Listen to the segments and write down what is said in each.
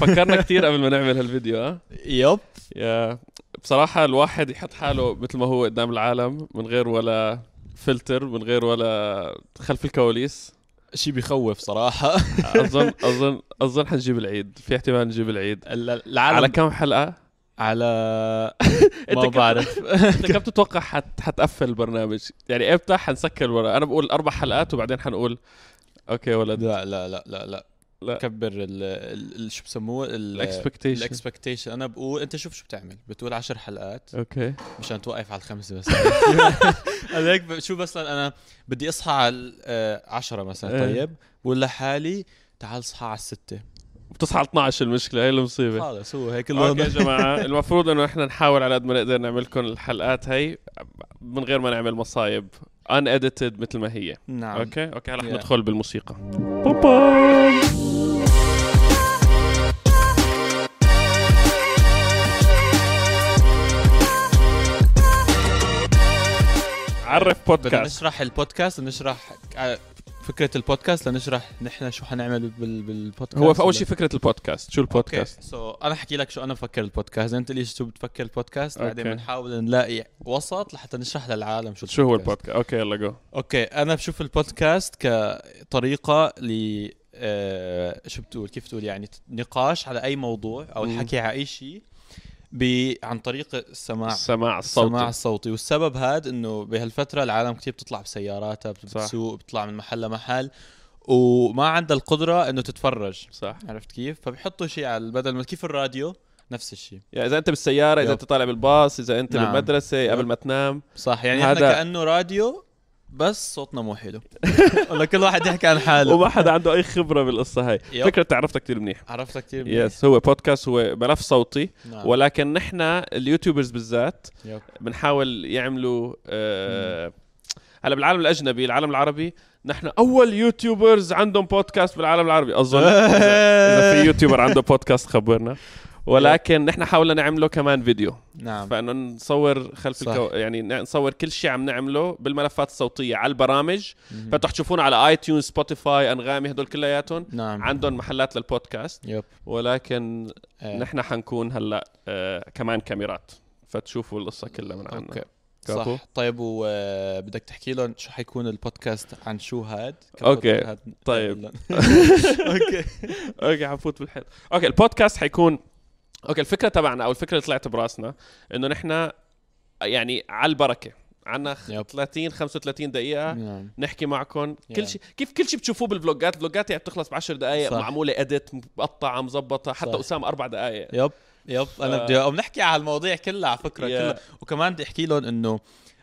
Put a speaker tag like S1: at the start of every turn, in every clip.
S1: فكرنا كتير قبل ما نعمل هالفيديو اه
S2: يب
S1: يا بصراحة الواحد يحط حاله مثل ما هو قدام العالم من غير ولا فلتر من غير ولا خلف الكواليس
S2: شيء بيخوف صراحه
S1: اظن اظن اظن حنجيب العيد في احتمال نجيب العيد
S2: ال-
S1: على
S2: العالم
S1: كم حلقة؟
S2: على
S1: أنت
S2: ما
S1: كم-
S2: بعرف
S1: انت كم بتتوقع حت... حتقفل البرنامج؟ يعني امتى حنسكر ورا؟ انا بقول اربع حلقات وبعدين حنقول اوكي ولد
S2: لا لا لا لا لا
S1: لا.
S2: كبر ال ال- ال- شو بسموه ال-
S1: الاكسبكتيشن
S2: الاكسبكتيشن انا بقول انت شوف شو بتعمل بتقول عشر حلقات
S1: اوكي
S2: مشان توقف على الخمسه بس انا هيك ب- شو مثلا انا بدي اصحى على ال- آه، عشرة مثلا
S1: إيه.
S2: طيب بقول لحالي تعال اصحى على الستة
S1: بتصحى على 12 المشكلة هي المصيبة
S2: خلص هو هيك
S1: اوكي يا
S2: الوضع
S1: جماعة المفروض انه احنا نحاول على قد ما نقدر نعمل لكم الحلقات هي من غير ما نعمل مصايب ان اديتد مثل ما هي
S2: نعم اوكي
S1: اوكي اوكي هلا
S2: Yeah.
S1: ندخل بالموسيقى عرف
S2: بدنا
S1: بودكاست
S2: نشرح البودكاست نشرح آه، فكرة البودكاست لنشرح نحن شو حنعمل بال- بالبودكاست
S1: هو في اول شيء فكرة البودكاست شو البودكاست
S2: بودكاست سو انا احكي لك شو انا بفكر البودكاست انت ليش شو بتفكر البودكاست بعدين
S1: أوكي.
S2: بنحاول نلاقي وسط لحتى نشرح للعالم شو
S1: شو هو البودكاست اوكي يلا جو
S2: اوكي انا بشوف البودكاست كطريقه ل آه، شو بتقول كيف تقول يعني نقاش على اي موضوع او
S1: مم.
S2: الحكي على اي شيء ب- عن طريق السماع
S1: السماع
S2: نعم. السماع
S1: الصوتي
S2: الصوتي والسبب هذا انه بهالفتره العالم كتير بتطلع بسياراتها
S1: صح.
S2: بتسوق بتطلع من محل لمحل وما عندها القدره انه تتفرج
S1: صح
S2: عرفت كيف فبحطوا شيء على بدل ما كيف الراديو نفس الشيء
S1: يعني اذا انت بالسياره اذا
S2: يب.
S1: انت طالع بالباص اذا انت
S2: نعم.
S1: بالمدرسه قبل
S2: يب.
S1: ما تنام
S2: صح يعني احنا
S1: هذا-
S2: كانه راديو بس صوتنا مو حلو ولا كل واحد يحكي عن حاله
S1: وما حدا عنده اي خبره بالقصه هاي
S2: يب.
S1: فكره تعرفتها كتير منيح
S2: عرفتها كثير
S1: يس هو بودكاست هو ملف صوتي
S2: نعم.
S1: ولكن نحن اليوتيوبرز بالذات
S2: يب.
S1: بنحاول يعملوا آه، هلا بالعالم الاجنبي العالم العربي نحن اول يوتيوبرز عندهم بودكاست بالعالم العربي اظن إذا- اذا في يوتيوبر عنده بودكاست خبرنا ولكن نحن حاولنا نعمله كمان فيديو
S2: نعم
S1: فانه نصور خلف
S2: صح.
S1: الكو... يعني ن- نصور كل شيء عم نعمله بالملفات الصوتيه على البرامج
S2: مهم.
S1: فتروح تشوفونا على اي تيونز سبوتيفاي انغامي هدول كلياتهم
S2: نعم
S1: عندهم محلات للبودكاست
S2: يب
S1: ولكن
S2: آه.
S1: نحن حنكون هلا آه كمان كاميرات فتشوفوا القصه كلها من عنا
S2: اوكي
S1: كفو؟
S2: صح طيب وبدك تحكي لهم شو حيكون البودكاست عن شو هاد كم
S1: أوكي.
S2: هاد-
S1: طيب.
S2: اوكي
S1: اوكي حنفوت بالحيط اوكي البودكاست حيكون اوكي الفكره تبعنا او الفكره اللي طلعت براسنا انه نحن يعني على البركه عندنا
S2: يب.
S1: 30 35 دقيقه
S2: نعم
S1: نحكي معكم
S2: Yeah.
S1: كل شيء كيف كل شيء بتشوفوه بالفلوجات الفلوجات يعني بتخلص ب 10 دقائق
S2: صح.
S1: معموله اديت مقطعه مزبطه حتى
S2: صح.
S1: اسامه اربع دقائق
S2: يب يب
S1: آه.
S2: انا بدي بنحكي على المواضيع كلها على فكره
S1: يا.
S2: كلها وكمان بدي احكي لهم انه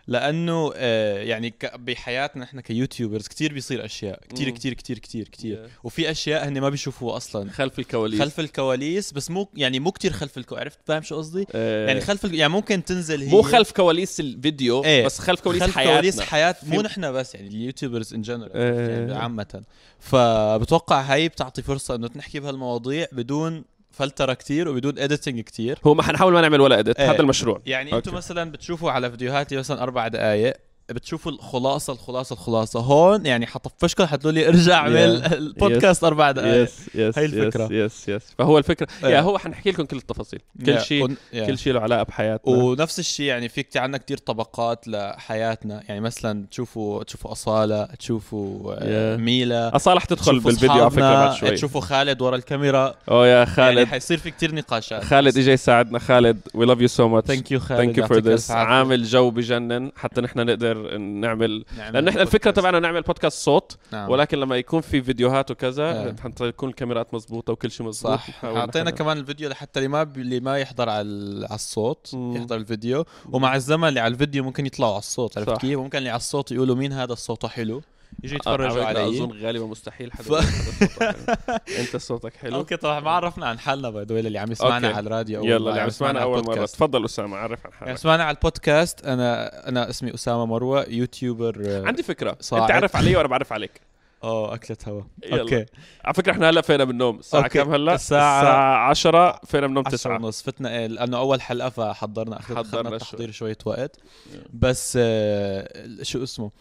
S2: لانه آه، يعني ك- بحياتنا احنا كيوتيوبرز كتير بيصير اشياء كتير
S1: مم.
S2: كتير كتير كتير كتير
S1: Yeah.
S2: وفي اشياء هن ما بيشوفوها اصلا
S1: خلف الكواليس
S2: خلف الكواليس بس مو يعني مو كتير خلف الكو عرفت فاهم شو قصدي؟
S1: آه،
S2: يعني خلف ال- يعني ممكن تنزل هي
S1: مو خلف كواليس الفيديو
S2: إيه.
S1: بس خلف كواليس
S2: خلف
S1: حياتنا آه،
S2: كواليس حياة مو
S1: في-
S2: نحن بس يعني اليوتيوبرز ان جنرال
S1: إيه.
S2: يعني عامة فبتوقع هاي بتعطي فرصة انه نحكي بهالمواضيع بدون فلترة كتير وبدون اديتنج كتير
S1: هو ما حنحاول ما نعمل ولا اديت
S2: إيه.
S1: هذا المشروع
S2: يعني
S1: أوكي.
S2: انتم مثلا بتشوفوا على فيديوهاتي مثلا اربع دقائق بتشوفوا الخلاصه الخلاصه الخلاصه هون يعني حطفشكم حتقولوا لي ارجع اعمل
S1: Yeah.
S2: البودكاست اربع دقائق
S1: يس يس
S2: هاي الفكرة.
S1: يس يس فهو الفكره
S2: إيه.
S1: يا هو حنحكي لكم كل التفاصيل كل
S2: Yeah.
S1: شيء
S2: ون- yeah.
S1: كل شيء له علاقه بحياتنا
S2: ونفس الشيء يعني في كتير عندنا كتير طبقات لحياتنا يعني مثلا تشوفوا تشوفوا أصالة تشوفوا آه،
S1: Yeah.
S2: ميلا
S1: اصالح تدخل
S2: تشوفوا
S1: بالفيديو على فكره
S2: أصحابنا،
S1: بعد شوي
S2: تشوفوا خالد ورا الكاميرا
S1: اوه يا
S2: يعني
S1: خالد
S2: حيصير في كتير نقاشات
S1: خالد اجى يساعدنا خالد وي لاف يو سو ماتش
S2: ثانك يو خالد
S1: ثانك يو فور
S2: يعطيك ألف
S1: ذس
S2: عافية.
S1: عامل جو بجنن حتى نحن نقدر نعمل
S2: نعمل
S1: لانه احنا الفكره
S2: podcast.
S1: تبعنا نعمل بودكاست صوت
S2: نعم.
S1: ولكن لما يكون في فيديوهات
S2: إيه.
S1: وكذا حتكون الكاميرات مزبوطه وكل شيء مزبوط
S2: صح
S1: نحاول
S2: اعطينا
S1: نحن-
S2: كمان الفيديو لحتى اللي ما بي... اللي ما يحضر على ال- على الصوت
S1: مم.
S2: يحضر الفيديو ومع الزمن اللي على الفيديو ممكن يطلعوا على الصوت عرفت
S1: صح.
S2: كيف ممكن اللي على الصوت يقولوا مين هذا صوته حلو يجي
S1: على
S2: يتفرجوا
S1: فكرة
S2: عليه
S1: اظن غالبا مستحيل حدا
S2: ف-
S1: يقول حدا صوتك حلو. انت صوتك حلو
S2: اوكي طبعا ما عرفنا عن حالنا باي ذا اللي عم
S1: أوكي.
S2: يسمعنا على الراديو أول
S1: يلا نعم،
S2: مرة،
S1: اللي عم يسمعنا
S2: على
S1: اول مره
S2: البودكاست.
S1: تفضل اسامه عرف عن
S2: اللي عم
S1: حالك
S2: يسمعنا على البودكاست انا انا انا اسمي اسامه مروه يوتيوبر
S1: عندي فكره
S2: صاعد.
S1: انت عارف علي وانا بعرف عليك
S2: اه اكله هوا
S1: يلا.
S2: اوكي
S1: على فكره احنا هلا فينا بالنوم الساعه
S2: أوكي.
S1: كم هلا
S2: الساعة-
S1: الساعه 10 فينا بالنوم
S2: 9
S1: 9
S2: ونص فتنا إيه، لانه اول حلقه فحضرنا
S1: حضرنا
S2: حضرنا
S1: شوي.
S2: التحضير شوية وقت
S1: Yeah.
S2: بس آه، شو اسمه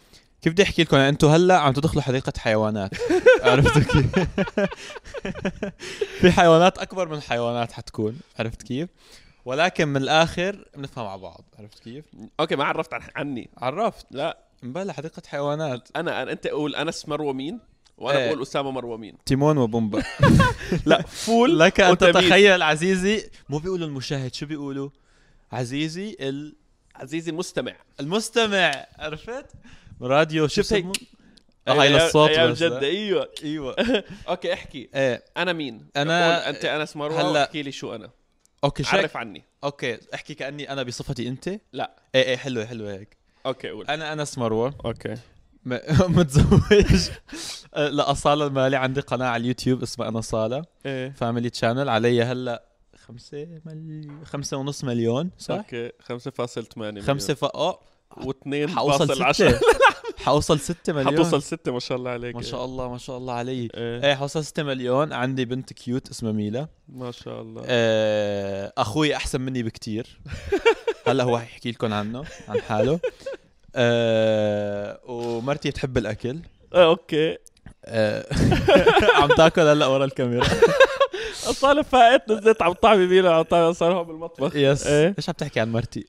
S2: كيف بدي احكي لكم يعني انتم هلا عم تدخلوا حديقه حيوانات عرفتوا كيف؟ في حيوانات اكبر من حيوانات حتكون عرفت كيف؟ ولكن من الاخر بنفهم على بعض عرفت كيف؟
S1: اوكي ما عرفت عن عني
S2: عرفت
S1: لا
S2: مبلا حديقه حيوانات
S1: انا أنا- انت قول انس مروه مين وانا
S2: إيه.
S1: بقول اسامه مروه مين
S2: تيمون وبومبا
S1: لا فول
S2: لك ان
S1: وتمييز.
S2: تتخيل عزيزي مو بيقولوا المشاهد شو بيقولوا؟ عزيزي ال-
S1: عزيزي المستمع
S2: إيه، المستمع عرفت؟ راديو شو
S1: شفت هيك؟
S2: بسموه؟ هاي للصوت
S1: ايام
S2: بس.
S1: جد ايوه
S2: ايوه
S1: اوكي احكي
S2: ايه
S1: انا مين
S2: أنا-
S1: قول انت انس مروه
S2: هلا-
S1: هلا احكي لي شو انا
S2: اوكي شو
S1: عرف عني
S2: اوكي احكي كاني انا بصفتي انت ايه
S1: لا
S2: ايه حلوه حلوه هيك
S1: اوكي قول
S2: انا انس مروه
S1: اوكي
S2: م- متزوج آه، لاصاله المالي عندي قناه على اليوتيوب اسمها انا صاله
S1: ايه
S2: فاميلي تشانل علي هلا خمسة ملي... خمسة ونص مليون صح؟
S1: اوكي 5.8 مليون
S2: خمسة ف اه
S1: و2 فاصل
S2: حوصل ستة
S1: 10
S2: حوصل ستة مليون
S1: حتوصل 6 ما شاء الله عليك إيه.
S2: ما شاء الله ما شاء الله علي
S1: الله
S2: ايه حوصل ستة مليون عندي بنت كيوت اسمها ميلا
S1: ما شاء
S2: إيه.
S1: الله
S2: آه، اخوي احسن مني بكتير هلا هو حيحكي لكم عنه عن حاله آه، ومرتي بتحب الاكل
S1: آه، اوكي
S2: آه، عم تاكل هلا ورا الكاميرا
S1: الطالب فائت نزلت عم طعمي ميلا عم طعمي صار هون بالمطبخ
S2: يس
S1: إيه.
S2: ايش عم تحكي عن مرتي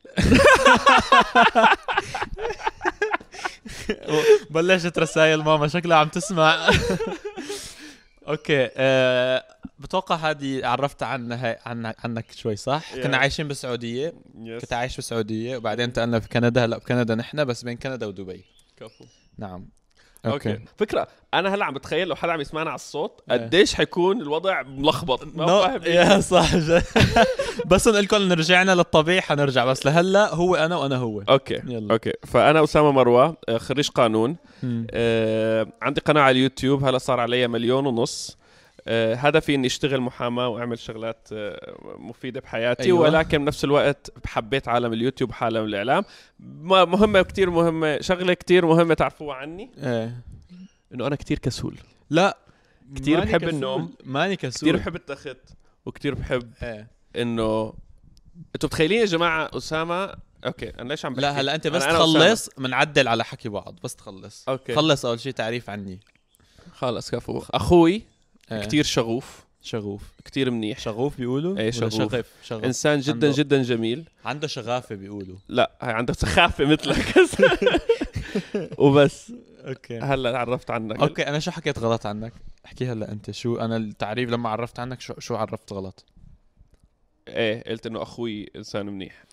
S2: بلشت رسائل ماما شكلها عم تسمع اوكي آه، بتوقع هذه عرفت عنها عن عنك شوي صح؟
S1: Yeah.
S2: كنا عايشين بالسعوديه كنت
S1: يس
S2: عايش بالسعوديه وبعدين انتقلنا في كندا هلا بكندا نحن بس بين كندا ودبي
S1: كفو
S2: نعم
S1: اوكي فكره انا هلا عم بتخيل لو حدا عم يسمعنا على الصوت
S2: إيه.
S1: قديش حيكون الوضع ملخبط ما
S2: نو-
S1: فاهم إيه.
S2: يا صح جد. بس نقول لكم إن رجعنا للطبيعي حنرجع بس لهلا هو انا وانا هو
S1: اوكي
S2: يلا
S1: اوكي فانا اسامه مروه آه، خريج قانون
S2: مم.
S1: آه، عندي قناه على اليوتيوب هلا صار علي مليون ونص آه، هدفي اني اشتغل محاماه واعمل شغلات آه، مفيده بحياتي أيوة.
S2: أيوة.
S1: ولكن بنفس الوقت حبيت عالم اليوتيوب وعالم الاعلام ما- مهمه كتير مهمه شغله كتير مهمه تعرفوها عني
S2: ايه
S1: انه انا كتير كسول
S2: لا
S1: كتير
S2: ماني
S1: بحب
S2: كسول.
S1: النوم.
S2: ماني كسول
S1: كتير بحب التخت وكتير بحب
S2: ايه
S1: انه انتوا متخيلين يا جماعه اسامه اوكي انا ليش عم بحكي
S2: لا هلا انت بس
S1: أنا- أنا أسامة.
S2: تخلص بنعدل على حكي بعض بس تخلص
S1: اوكي
S2: خلص اول شيء تعريف عني
S1: خلص كفو اخوي
S2: إيه.
S1: كتير شغوف
S2: شغوف
S1: كتير منيح
S2: شغوف بيقولوا
S1: إيه،
S2: ولا
S1: شغوف.
S2: شغف شغف
S1: انسان جدا
S2: عنده-
S1: جدا جميل
S2: عنده شغافه بيقولوا
S1: لا هي عنده سخافه مثلك وبس
S2: اوكي
S1: هلا عرفت عنك
S2: اوكي انا شو حكيت غلط عنك احكي هلا انت شو انا التعريف لما عرفت عنك شو شو عرفت غلط
S1: ايه قلت انه اخوي انسان منيح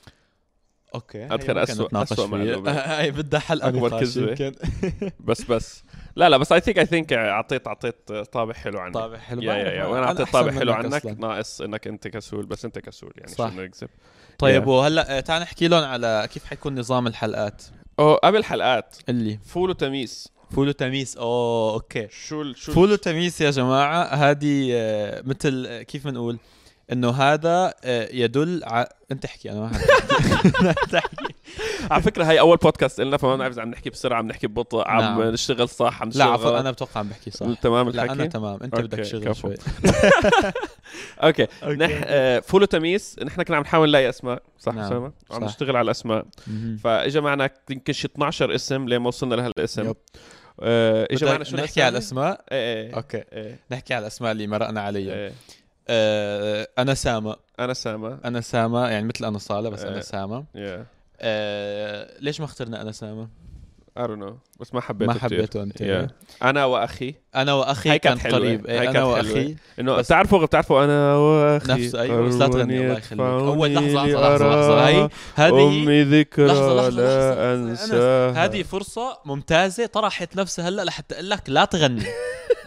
S2: اوكي
S1: أدخل أسوأ- أسوأ معلومة.
S2: هاي بدها حلقه
S1: أكبر
S2: نقاش
S1: كذبة.
S2: يمكن.
S1: بس بس لا لا بس اي ثينك اي ثينك اعطيت اعطيت طابع حلو عنك
S2: طابع حلو
S1: يا يا يا
S2: بعرف.
S1: وانا اعطيت
S2: أحسن
S1: طابع حلو
S2: منك
S1: عنك
S2: أصلاً.
S1: ناقص انك انت كسول بس انت كسول يعني
S2: صح.
S1: صح نكذب
S2: طيب
S1: Yeah.
S2: وهلا آه، تعال نحكي لهم على كيف حيكون نظام الحلقات
S1: او قبل حلقات
S2: اللي
S1: فول وتميس
S2: فول وتميس اوه اوكي
S1: شو ال- شو ال-
S2: فول وتميس يا جماعه هذه آه، مثل آه، كيف بنقول انه هذا آه، يدل ع... انت احكي انا ما ححكي
S1: على فكره هاي اول بودكاست لنا فما بنعرف اذا عم نحكي بسرعه عم نحكي ببطء عم
S2: نعم.
S1: نشتغل صح عم نشتغل
S2: لا عفوا
S1: غلط.
S2: انا بتوقع عم بحكي صح
S1: تمام الحكي
S2: لا انا تمام انت
S1: أوكي،
S2: بدك شغل
S1: كفو.
S2: شوي
S1: اوكي
S2: أوكي.
S1: نح آه، فول وتميس نحن كنا عم نحاول نلاقي اسماء صح
S2: نعم،
S1: اسامه عم
S2: صح.
S1: نشتغل على الاسماء
S2: مهم.
S1: فاجا معنا يمكن شي 12 اسم لما وصلنا لهالاسم
S2: يب.
S1: آه، اجا معنا
S2: بدك
S1: شو
S2: طيب، نحكي على الاسماء
S1: ايه إيه،
S2: اوكي
S1: ايه
S2: نحكي على الاسماء اللي مرقنا عليها
S1: إيه.
S2: آه، انا سامة
S1: انا سامة
S2: انا سامة يعني مثل انا صالة بس
S1: آه.
S2: انا سامة
S1: يا
S2: آه، ليش ما اخترنا انا سامة
S1: اي نو بس ما حبيته
S2: ما
S1: كتير.
S2: حبيته انت
S1: Yeah. انا واخي
S2: انا واخي
S1: هاي
S2: كان
S1: كانت حلوة.
S2: قريب
S1: هاي
S2: إيه، انا
S1: كانت
S2: واخي
S1: انه
S2: بس-
S1: بتعرفوا بتعرفوا انا واخي
S2: نفسه ايوه بس لا تغني الله يخليك اول لحظه
S1: يدفعوني
S2: لحظه لحظه, لحظة.
S1: لأراها.
S2: هاي هذه
S1: امي ذكرى
S2: لحظة- لحظة- لحظة-
S1: لا
S2: لحظة.
S1: انساها
S2: هذه فرصه ممتازه طرحت نفسها هلا لحتى اقول لك لا تغني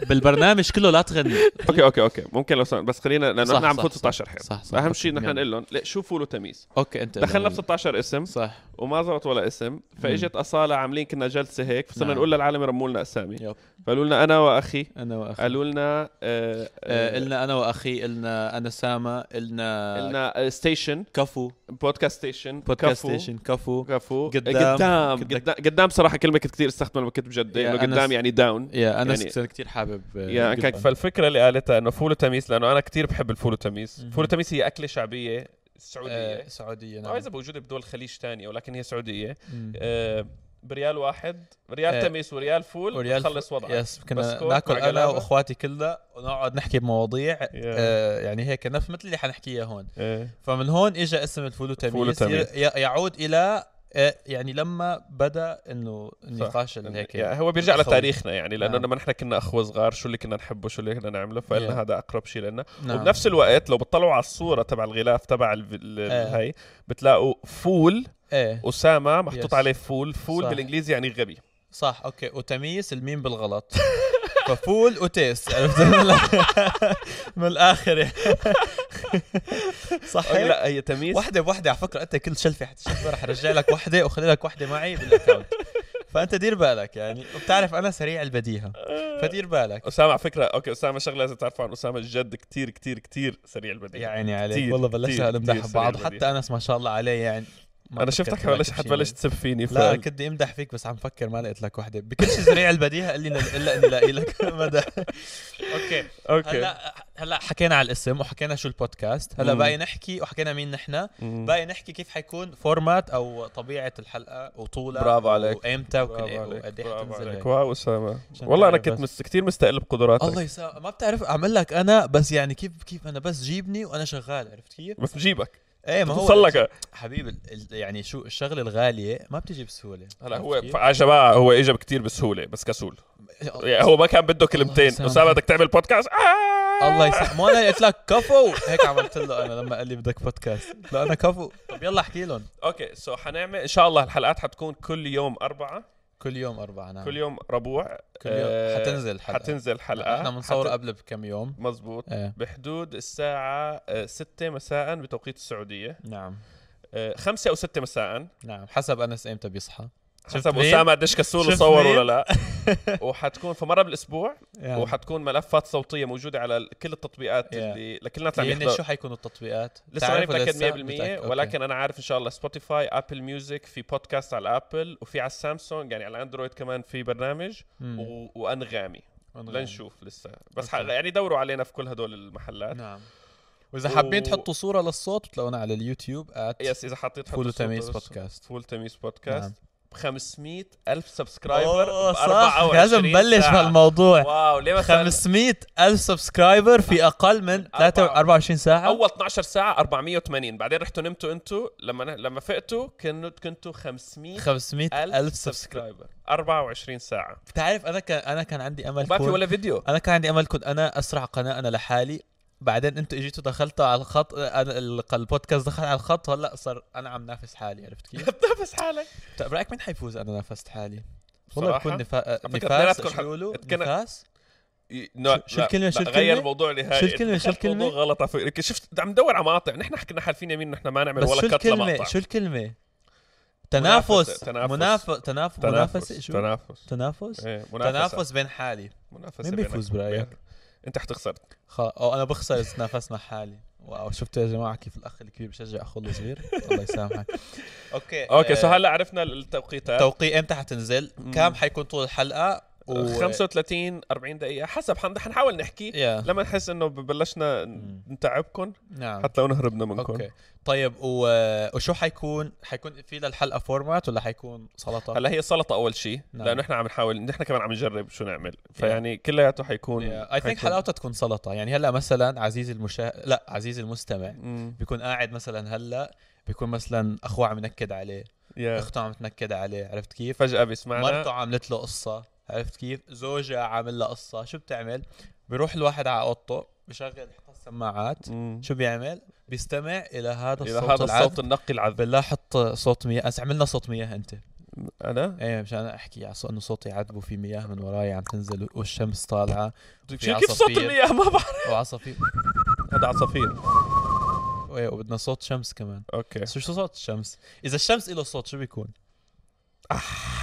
S2: بالبرنامج كله لا تغني
S1: اوكي اوكي اوكي ممكن لو سمحت بس خلينا لانه
S2: صح،
S1: احنا عم
S2: صح،
S1: نفوت
S2: صح.
S1: 16 حيط
S2: صح صح
S1: اهم شيء نحن
S2: يلا.
S1: نقول لهم لأ، شوفوا له تمييز
S2: اوكي انت
S1: دخلنا ب
S2: يلا.
S1: 16 اسم
S2: صح
S1: وما زبط ولا اسم فاجت اصاله عاملين كنا جلسه هيك فصرنا
S2: نعم.
S1: نقول للعالم رموا لنا اسامي
S2: يب.
S1: فقالوا لنا انا واخي
S2: انا واخي
S1: قالوا لنا آه، آه،
S2: آه، قلنا انا واخي قلنا انا سامه قلنا
S1: قلنا آه، ستيشن
S2: كفو
S1: بودكاست ستيشن
S2: بودكاست
S1: كفو،
S2: ستيشن كفو
S1: كفو
S2: قدام.
S1: قدام
S2: قدك.
S1: قدام قدام صراحه كلمه كنت كثير استخدمها لما كنت بجد
S2: يا
S1: انه
S2: أنس.
S1: قدام يعني داون
S2: يا انا
S1: يعني-
S2: يعني كثير حابب آه،
S1: يا
S2: جداً.
S1: كيك فالفكره اللي قالتها انه فول وتميس لانه انا كثير بحب الفول وتميس
S2: مهم.
S1: فول وتميس هي اكله شعبيه
S2: آه،
S1: سعوديه
S2: سعوديه
S1: ما
S2: نعم
S1: اذا موجوده بدول الخليج تانية ولكن هي سعوديه
S2: مم.
S1: آه، بريال واحد ريال
S2: إيه.
S1: تميس وريال فول
S2: وريال
S1: خلص وضعك
S2: يس كنا
S1: بسكوت
S2: ناكل
S1: مع
S2: انا
S1: جلابة.
S2: واخواتي كلها ونقعد نحكي بمواضيع آه يعني هيك نفس مثل اللي حنحكيها هون
S1: إيه.
S2: فمن هون اجى اسم الفول
S1: فول
S2: وتمييز
S1: وتمييز.
S2: ي- ي- يعود الى آه، يعني لما بدا انه النقاش اللي هيك
S1: يعني هو بيرجع
S2: الخوي.
S1: لتاريخنا يعني لانه
S2: نعم.
S1: لما نحن كنا اخوه صغار شو اللي كنا نحبه شو اللي كنا نعمله فقلنا
S2: Yeah.
S1: هذا اقرب شيء لنا
S2: نعم.
S1: وبنفس الوقت لو بتطلعوا على الصوره تبع الغلاف تبع ال- ال-
S2: إيه.
S1: هاي بتلاقوا فول
S2: ايه
S1: اسامه محطوط
S2: Yes.
S1: عليه فول فول
S2: صح.
S1: بالانجليزي يعني غبي
S2: صح اوكي وتمييز الميم بالغلط ففول وتيس عرفت من الاخر يعني. صح هيك؟
S1: لا هي تمييز
S2: وحده بوحده على فكره انت كل شلفه حتشوفها رح ارجع لك وحده واخلي لك وحده معي بالاكونت فانت دير بالك يعني وبتعرف انا سريع البديهه فدير بالك
S1: اسامه على فكره اوكي اسامه شغله لازم تعرفوا عن اسامه جد كتير كتير كتير سريع البديهه
S2: يا عيني يعني عليك
S1: كتير-
S2: والله
S1: كتير-
S2: بلشنا
S1: كتير
S2: نمدح
S1: سريع
S2: بعض
S1: البديهة.
S2: حتى انس ما شاء الله عليه يعني ما
S1: انا
S2: فكرت
S1: شفتك
S2: لك
S1: حبلش
S2: بشي
S1: حتبلش
S2: يعني.
S1: تسب فيني ف
S2: لا أنا كنت امدح فيك بس عم فكر ما لقيت لك وحده بكل شيء سريع البديهه الا الا اني لاقي لك مدح اوكي
S1: اوكي
S2: هلا هلا حكينا على الاسم وحكينا شو البودكاست هلا
S1: مم.
S2: باقي نحكي وحكينا مين نحن
S1: مم.
S2: باقي نحكي كيف حيكون فورمات او طبيعه الحلقه وطولها
S1: برافو عليك.
S2: وامتى وكل
S1: برافو
S2: إيه
S1: عليك،
S2: وقد ايه
S1: برافو
S2: حتنزل
S1: عليك.
S2: هيك.
S1: واو اسامه
S2: عشان
S1: والله انا
S2: تعرف
S1: كنت
S2: بس.
S1: مس... كثير مستقل بقدراتك
S2: الله يسا ما بتعرف اعمل لك انا بس يعني كيف كيف انا بس جيبني وانا شغال عرفت كيف؟
S1: بس بجيبك
S2: ايه ما هو
S1: بتوصل لك
S2: حبيبي ال- ال- يعني شو الشغله الغاليه ما بتجي بسهوله
S1: هلا
S2: عرفت
S1: هو
S2: كيف؟
S1: يا جماعه هو اجى كثير بسهوله بس كسول يعني هو ما كان بده كلمتين
S2: يسامحك.
S1: اسامه بدك تعمل بودكاست آه!
S2: الله يسامحك مو انا قلت لك كفو هيك عملت له انا لما قال لي بدك بودكاست لا انا كفو طب يلا احكي لهم
S1: اوكي سو حنعمل ان شاء الله الحلقات حتكون كل يوم اربعه
S2: كل يوم اربعه نعم
S1: كل يوم ربوع
S2: كل يوم.
S1: آه،
S2: حتنزل حلقة.
S1: حتنزل آه، حلقه
S2: احنا بنصور
S1: حت-
S2: قبل بكم يوم
S1: مزبوط
S2: ايه
S1: بحدود الساعة 6 مساء بتوقيت السعودية
S2: نعم
S1: 5 أو 6 مساء
S2: نعم حسب انس امتى بيصحى
S1: حسب
S2: مين؟
S1: أسامة قديش كسول
S2: شفت
S1: وصور
S2: مين؟
S1: ولا لا وحتكون في مرة بالأسبوع
S2: يعني
S1: وحتكون ملفات صوتية موجودة على ال- كل التطبيقات
S2: Yeah.
S1: اللي لكل الناس عم
S2: يعني شو
S1: يحضر
S2: حيكونوا التطبيقات؟
S1: لسه ماني
S2: تعرفوا لسه؟
S1: متأكد 100%
S2: متأكد.
S1: ولكن أنا عارف إن شاء الله سبوتيفاي أبل ميوزك في بودكاست على الأبل وفي على السامسونج يعني على الأندرويد كمان في برنامج
S2: مم.
S1: و... وأنغامي
S2: أنغامي.
S1: لنشوف لسه بس ح...
S2: أوكي.
S1: يعني دوروا علينا في كل هدول المحلات
S2: نعم واذا
S1: و-
S2: حابين تحطوا صوره للصوت بتلاقونا على اليوتيوب at
S1: يس اذا حطيت حط
S2: فول
S1: الصوت
S2: وتمييز
S1: بالصوت.
S2: بودكاست.
S1: فول تمييز
S2: نعم.
S1: بودكاست ب 500 الف سبسكرايبر
S2: أوه،
S1: ب
S2: صح،
S1: 24
S2: لازم نبلش
S1: ساعة.
S2: بهالموضوع
S1: واو ليه مثلا
S2: 500 ألف سبسكرايبر في أقل من
S1: أربعة-
S2: 23 24 ساعة
S1: اول 12 ساعه 480 بعدين رحتوا نمتوا انتوا لما لما فقتوا كنتوا كنتوا 500
S2: 500 ألف
S1: الف
S2: سبسكرايبر
S1: سبسكرايبر 24 ساعه
S2: بتعرف أنا كان أنا كان عندي أمل
S1: ما في
S2: كون-
S1: ولا فيديو
S2: انا كان عندي امل كنت انا اسرع قناه انا لحالي بعدين انتوا اجيتوا دخلتوا على الخط انا ال- البودكاست دخل على الخط هلا صار انا عم نافس حالي عرفت كيف؟
S1: بتنافس حالك
S2: طيب برايك مين حيفوز انا نافست حالي؟ والله
S1: بصراحة،
S2: بكون نفا...
S1: فكرة
S2: نفاس
S1: اثنيناتكم
S2: شو
S1: حق-
S2: بيقولوا؟
S1: اتكلم-
S2: نفاس؟
S1: ي- نو-
S2: شو- شو
S1: لا،
S2: الكلمة-
S1: لا،
S2: شو
S1: غير
S2: الكلمة؟
S1: الموضوع نهائي
S2: شو الكلمة- شو
S1: دخلت موضوع
S2: الكلمة؟
S1: غلط على فكرة. شفت عم دور على مقاطع نحن حكينا حالفين يمين نحن ما نعمل
S2: بس شو
S1: ولا كت
S2: الكلمة؟
S1: لمقطع
S2: شو الكلمة؟
S1: منافسة،
S2: تنافس
S1: تنافس.
S2: منافس تنافس منافسة شو؟
S1: تنافس
S2: تنافس؟
S1: إيه، منافسة.
S2: تنافس بين حالي
S1: منافسه
S2: مين
S1: بينك
S2: بيفوز
S1: وبين-
S2: برأيك؟
S1: انت حتخسر
S2: خ... او انا بخسر اذا تنافست مع حالي واو شفتوا يا جماعه كيف الاخ الكبير بشجع اخوه الصغير الله يسامحك اوكي
S1: اوكي سو
S2: آه،
S1: هلا عرفنا آه، التوقيتات
S2: توقيع امتى حتنزل كم حيكون طول الحلقه و...
S1: 35 40 دقيقه حسب حن- حنحاول نحكي
S2: يا
S1: لما نحس انه بلشنا
S2: مم.
S1: نتعبكم
S2: نعم
S1: حتى لو نهربنا منكم
S2: اوكي طيب و... وشو حيكون حيكون في للحلقه فورمات ولا حيكون سلطه
S1: هلا هي سلطه اول شيء
S2: نعم.
S1: لانه احنا عم نحاول نحن كمان عم نجرب شو نعمل فيعني كلياته حيكون
S2: اي ثينك
S1: حيكون-
S2: حلقاتها تكون سلطه يعني هلا مثلا عزيزي المشاهد لا عزيزي المستمع
S1: مم.
S2: بيكون قاعد مثلا هلا بيكون مثلا اخوه عم ينكد عليه
S1: يا
S2: اخته عم تنكد عليه عرفت كيف
S1: فجاه بيسمعنا
S2: مرته عملت له قصه عرفت كيف زوجها عامل له قصه شو بتعمل بيروح الواحد على اوضته بشغل يحط السماعات
S1: مم.
S2: شو بيعمل بيستمع الى هذا
S1: اذا
S2: الصوت
S1: هذا
S2: العذب
S1: الصوت النقي العذب
S2: بالله حط صوت مياه أس- عملنا صوت مياه انت
S1: انا
S2: ايه مشان احكي على صو- انه صوتي عذب وفي مياه من وراي عم تنزل والشمس طالعه
S1: شو كيف صوت
S2: عصافير.
S1: المياه ما بعرف
S2: وعصافير
S1: هذا عصافير
S2: وإيه، وبدنا صوت شمس كمان
S1: اوكي
S2: بس شو صوت الشمس اذا الشمس له صوت شو بيكون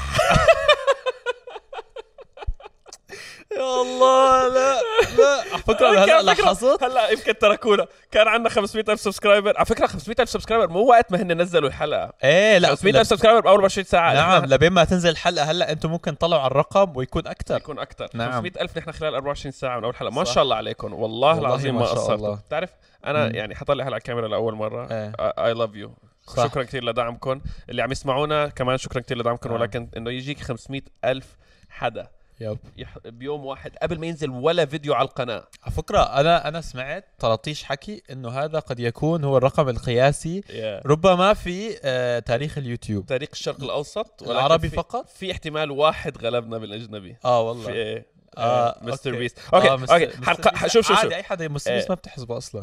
S2: يا الله لا لا على فكره أنا هلا
S1: على فكرة،
S2: لاحظت
S1: هلا يمكن تركونا كان عندنا 500 الف سبسكرايبر على فكره 500 الف سبسكرايبر مو وقت ما هن نزلوا الحلقه
S2: ايه لا
S1: 500 الف
S2: لا
S1: سبسكرايبر باول 24 ساعه
S2: نعم
S1: نحن
S2: لبين ما تنزل الحلقه هلا انتم ممكن تطلعوا على الرقم ويكون اكثر
S1: يكون اكثر
S2: نعم.
S1: 500 الف نحن خلال 24 ساعه من اول حلقه ما
S2: صح.
S1: شاء الله عليكم والله,
S2: والله
S1: العظيم ما
S2: ما شاء
S1: قصرتوا
S2: الله.
S1: بتعرف انا
S2: مم.
S1: يعني حطلع على الكاميرا لاول مره
S2: إيه.
S1: اي لاف يو
S2: صح.
S1: شكرا كثير لدعمكم اللي عم يسمعونا كمان شكرا كثير لدعمكم
S2: آه.
S1: ولكن انه يجيك 500 الف حدا
S2: يب
S1: يح... بيوم واحد قبل ما ينزل ولا فيديو على القناه
S2: على فكره انا انا سمعت طلطيش حكي انه هذا قد يكون هو الرقم القياسي
S1: yeah.
S2: ربما في آه، تاريخ اليوتيوب
S1: تاريخ الشرق الاوسط ولكن
S2: العربي
S1: في...
S2: فقط
S1: في احتمال واحد غلبنا بالاجنبي
S2: اه والله
S1: في إيه؟
S2: آه،
S1: مستر
S2: أوكي.
S1: بيست اوكي
S2: آه، مستر-
S1: اوكي
S2: مستر
S1: حلقه
S2: بيست.
S1: شوف شوف شوف
S2: عادي اي حدا مستر
S1: إيه.
S2: بيست ما بتحسبه اصلا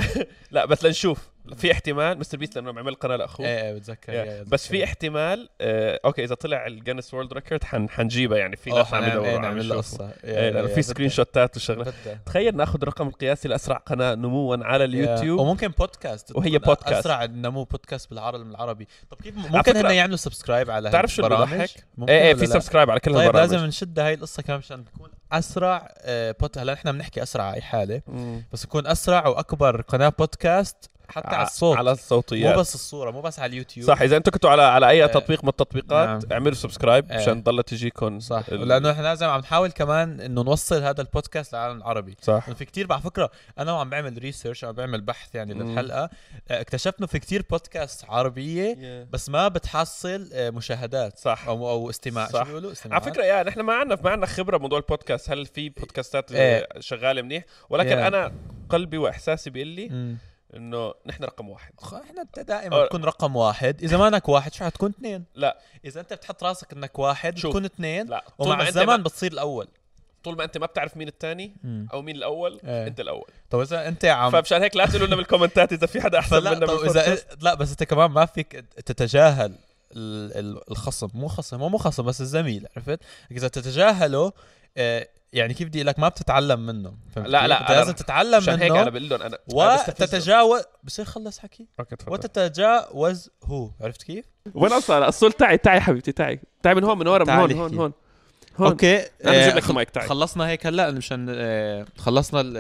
S1: لا بس لنشوف في احتمال مستر بيست لانه عمل قناه لاخوه
S2: ايه ايه بتذكر
S1: Yeah.
S2: إيه،
S1: بس في
S2: بتذكر.
S1: احتمال آه، اوكي اذا طلع الجنس وورلد ريكورد حن حنجيبها يعني في
S2: آه،
S1: ناس عم
S2: حنعمل- إيه،
S1: يدوروا عم
S2: نعمل له
S1: يشوفوا
S2: قصه
S1: إيه، لأنه في سكرين شوتات وشغلات تخيل ناخذ الرقم القياسي لاسرع قناه نموا على اليوتيوب
S2: وممكن بودكاست
S1: وهي
S2: تكون
S1: بودكاست.
S2: اسرع نمو بودكاست بالعالم العربي طب كيف
S1: على
S2: ممكن
S1: فكرة-
S2: هن يعملوا سبسكرايب على
S1: بتعرف شو اللي
S2: البرامج؟
S1: بضحك؟
S2: ممكن
S1: ايه ايه في
S2: ولا لا؟
S1: سبسكرايب على كل
S2: طيب
S1: البرامج
S2: لازم نشد هاي القصه كمان مشان تكون اسرع آه، بود هلا نحن بنحكي اسرع على اي حاله
S1: مم.
S2: بس يكون اسرع واكبر قناه بودكاست حتى على الصوت
S1: على
S2: مو
S1: الصوتيات
S2: بس الصوره مو بس على اليوتيوب
S1: صح اذا انتم كنتوا على على اي
S2: آه،
S1: تطبيق من التطبيقات
S2: نعم.
S1: اعملوا سبسكرايب
S2: آه.
S1: مشان تضل تجيكم
S2: صح
S1: ال-
S2: لانه احنا لازم عم نحاول كمان انه نوصل هذا البودكاست للعالم العربي
S1: صح
S2: لأنه في كتير على فكره انا وعم بعمل ريسيرش عم بعمل بحث يعني
S1: مم.
S2: للحلقه آه، اكتشفت انه في كتير بودكاست عربيه بس ما بتحصل آه، مشاهدات
S1: صح
S2: او او استماع
S1: صح.
S2: شو بيقولوا استماع
S1: على فكره يا نحن ما عندنا ما عندنا خبره بموضوع البودكاست هل في بودكاستات
S2: إيه.
S1: شغاله منيح ولكن
S2: Yeah.
S1: انا قلبي واحساسي بيقول لي انه نحن رقم واحد
S2: خ- احنا انت دائما بتكون رقم واحد اذا ما انك واحد شو حتكون اثنين
S1: لا.
S2: اذا انت بتحط راسك انك واحد
S1: شوف.
S2: بتكون اثنين
S1: لا طول
S2: ومع
S1: ما انت ما
S2: الزمن بتصير الاول
S1: طول ما انت ما بتعرف مين الثاني
S2: مم.
S1: او مين الاول
S2: إيه.
S1: انت الاول
S2: طب اذا انت عم
S1: فمشان هيك لا تقولوا لنا بالكومنتات اذا في حدا احسن
S2: فلا
S1: منا
S2: طب
S1: بالبودكاست.
S2: اذا لا بس انت كمان ما فيك تتجاهل ال- ال- الخصم مو خصم هو مو خصم بس الزميل عرفت اذا تتجاهله آه، يعني كيف بدي اقول لك ما بتتعلم منه فهمت
S1: لا،
S2: كيف؟
S1: لا،
S2: أنت
S1: أنا
S2: لازم
S1: رح-
S2: تتعلم
S1: مشان هيك انا
S2: منه
S1: بقول لهم انا أنا بستفزهم.
S2: وتتجاوز بصير خلص حكي
S1: أوكي، تفضل.
S2: وتتجاوز هو عرفت كيف؟
S1: وين اصلا أنا الصول تعي تعي حبيبتي تعي تعي من هون من ورا من
S2: تعال
S1: هون
S2: احكي.
S1: هون هون هون
S2: اوكي
S1: انا
S2: آه،
S1: بجيب لك
S2: خل-
S1: المايك تعي
S2: خلصنا هيك هلا مشان آه، خلصنا ال-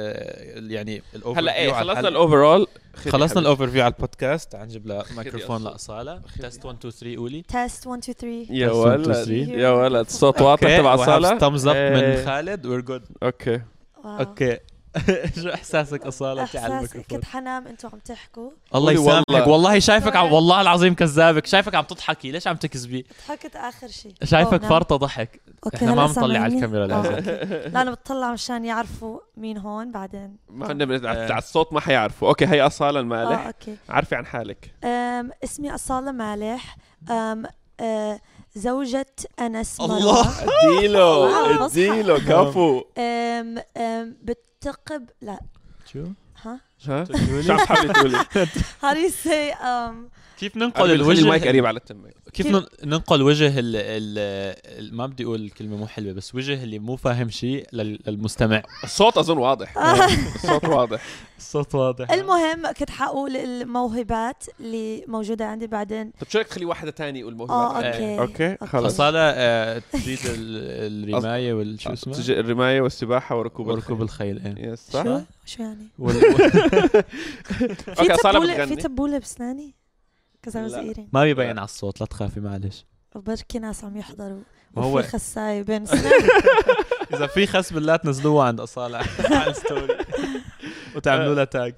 S2: ال- يعني الأوفر
S1: هلا ايه
S2: فيو على
S1: خلصنا
S2: الحلقة.
S1: الاوفرول
S2: خلصنا الاوفر فيو على البودكاست تعال نجيب لها
S1: أصوات.
S2: ميكروفون لاصاله تيست 1 2 3 قولي
S3: تيست 1 2 3
S1: يا
S2: خلصنا
S1: ولد
S2: التسجيل.
S1: يا ولد الصوت واضح تبع صالة
S2: ثامز اب
S1: إيه.
S2: من خالد وير جود
S1: اوكي
S3: واو
S2: اوكي شو احساسك اصاله انت على
S3: احساس
S2: الميكروفون
S3: كنت حنام انتوا عم تحكوا
S2: الله
S1: قولي
S2: يسامحك
S1: والله.
S2: والله شايفك عم والله العظيم كذابك شايفك عم تضحكي ليش عم تكذبي
S3: ضحكت اخر شيء
S2: شايفك
S3: أوه، نعم.
S2: فرطه ضحك
S3: اوكي
S2: احنا
S3: هلا
S2: ما بنطلع على
S3: سامعني؟
S2: الكاميرا
S3: آه،
S2: لازم
S3: أوكي. لا انا بتطلع مشان يعرفوا مين هون بعدين
S1: ما عندنا بنت-
S2: آه.
S1: على الصوت ما حيعرفوا اوكي هي اصالة
S3: اه
S1: المالح
S3: اوكي
S1: عارفي عن حالك
S3: أم اسمي اصاله مالح أم أه زوجة انس مروة.
S2: الله.
S1: اديله
S3: آه،
S1: اديله كفو
S3: أم أم بتقب لا
S2: شو
S3: ها
S1: ها
S2: تقولي؟
S1: شو عم تحاولي تقولي؟
S3: how do you say um
S2: كيف
S1: خلي
S2: ننقل
S1: المايك
S2: الوجه
S1: قريب على تمك
S2: كيف نن- ننقل وجه ال ال ال- ما بدي اقول الكلمه مو حلوه بس وجه اللي مو فاهم شيء لل- للمستمع
S1: الصوت اظن واضح
S3: آه.
S1: الصوت واضح
S2: الصوت واضح
S3: المهم كنت حقول الموهبات اللي موجودة عندي بعدين
S1: طب شو رايك تخلي واحدة تانية يقول
S3: اه
S1: موهبة
S3: اوكي
S1: اوكي خلص
S2: اصاله آه، تريد ال- الرمايه والشو اسمه
S1: تجي الرمايه والسباحه وركوب
S2: وركوب
S1: الخيل.
S2: الخيل ايه
S1: يس صح؟
S3: شو شو يعني
S2: وال-
S3: في
S1: اوكي صالة
S3: تبولة في
S1: بتغني
S3: تبولة بسناني كذا
S1: لا.
S3: was eating
S2: ما بيبين على الصوت لا تخافي معلش
S3: وبركي ناس عم يحضروا
S2: ما هو-
S3: وفي خساية بين
S2: اذا في خس بالله تنزلوها عند اصاله على الستوري وتعملوا لها تاج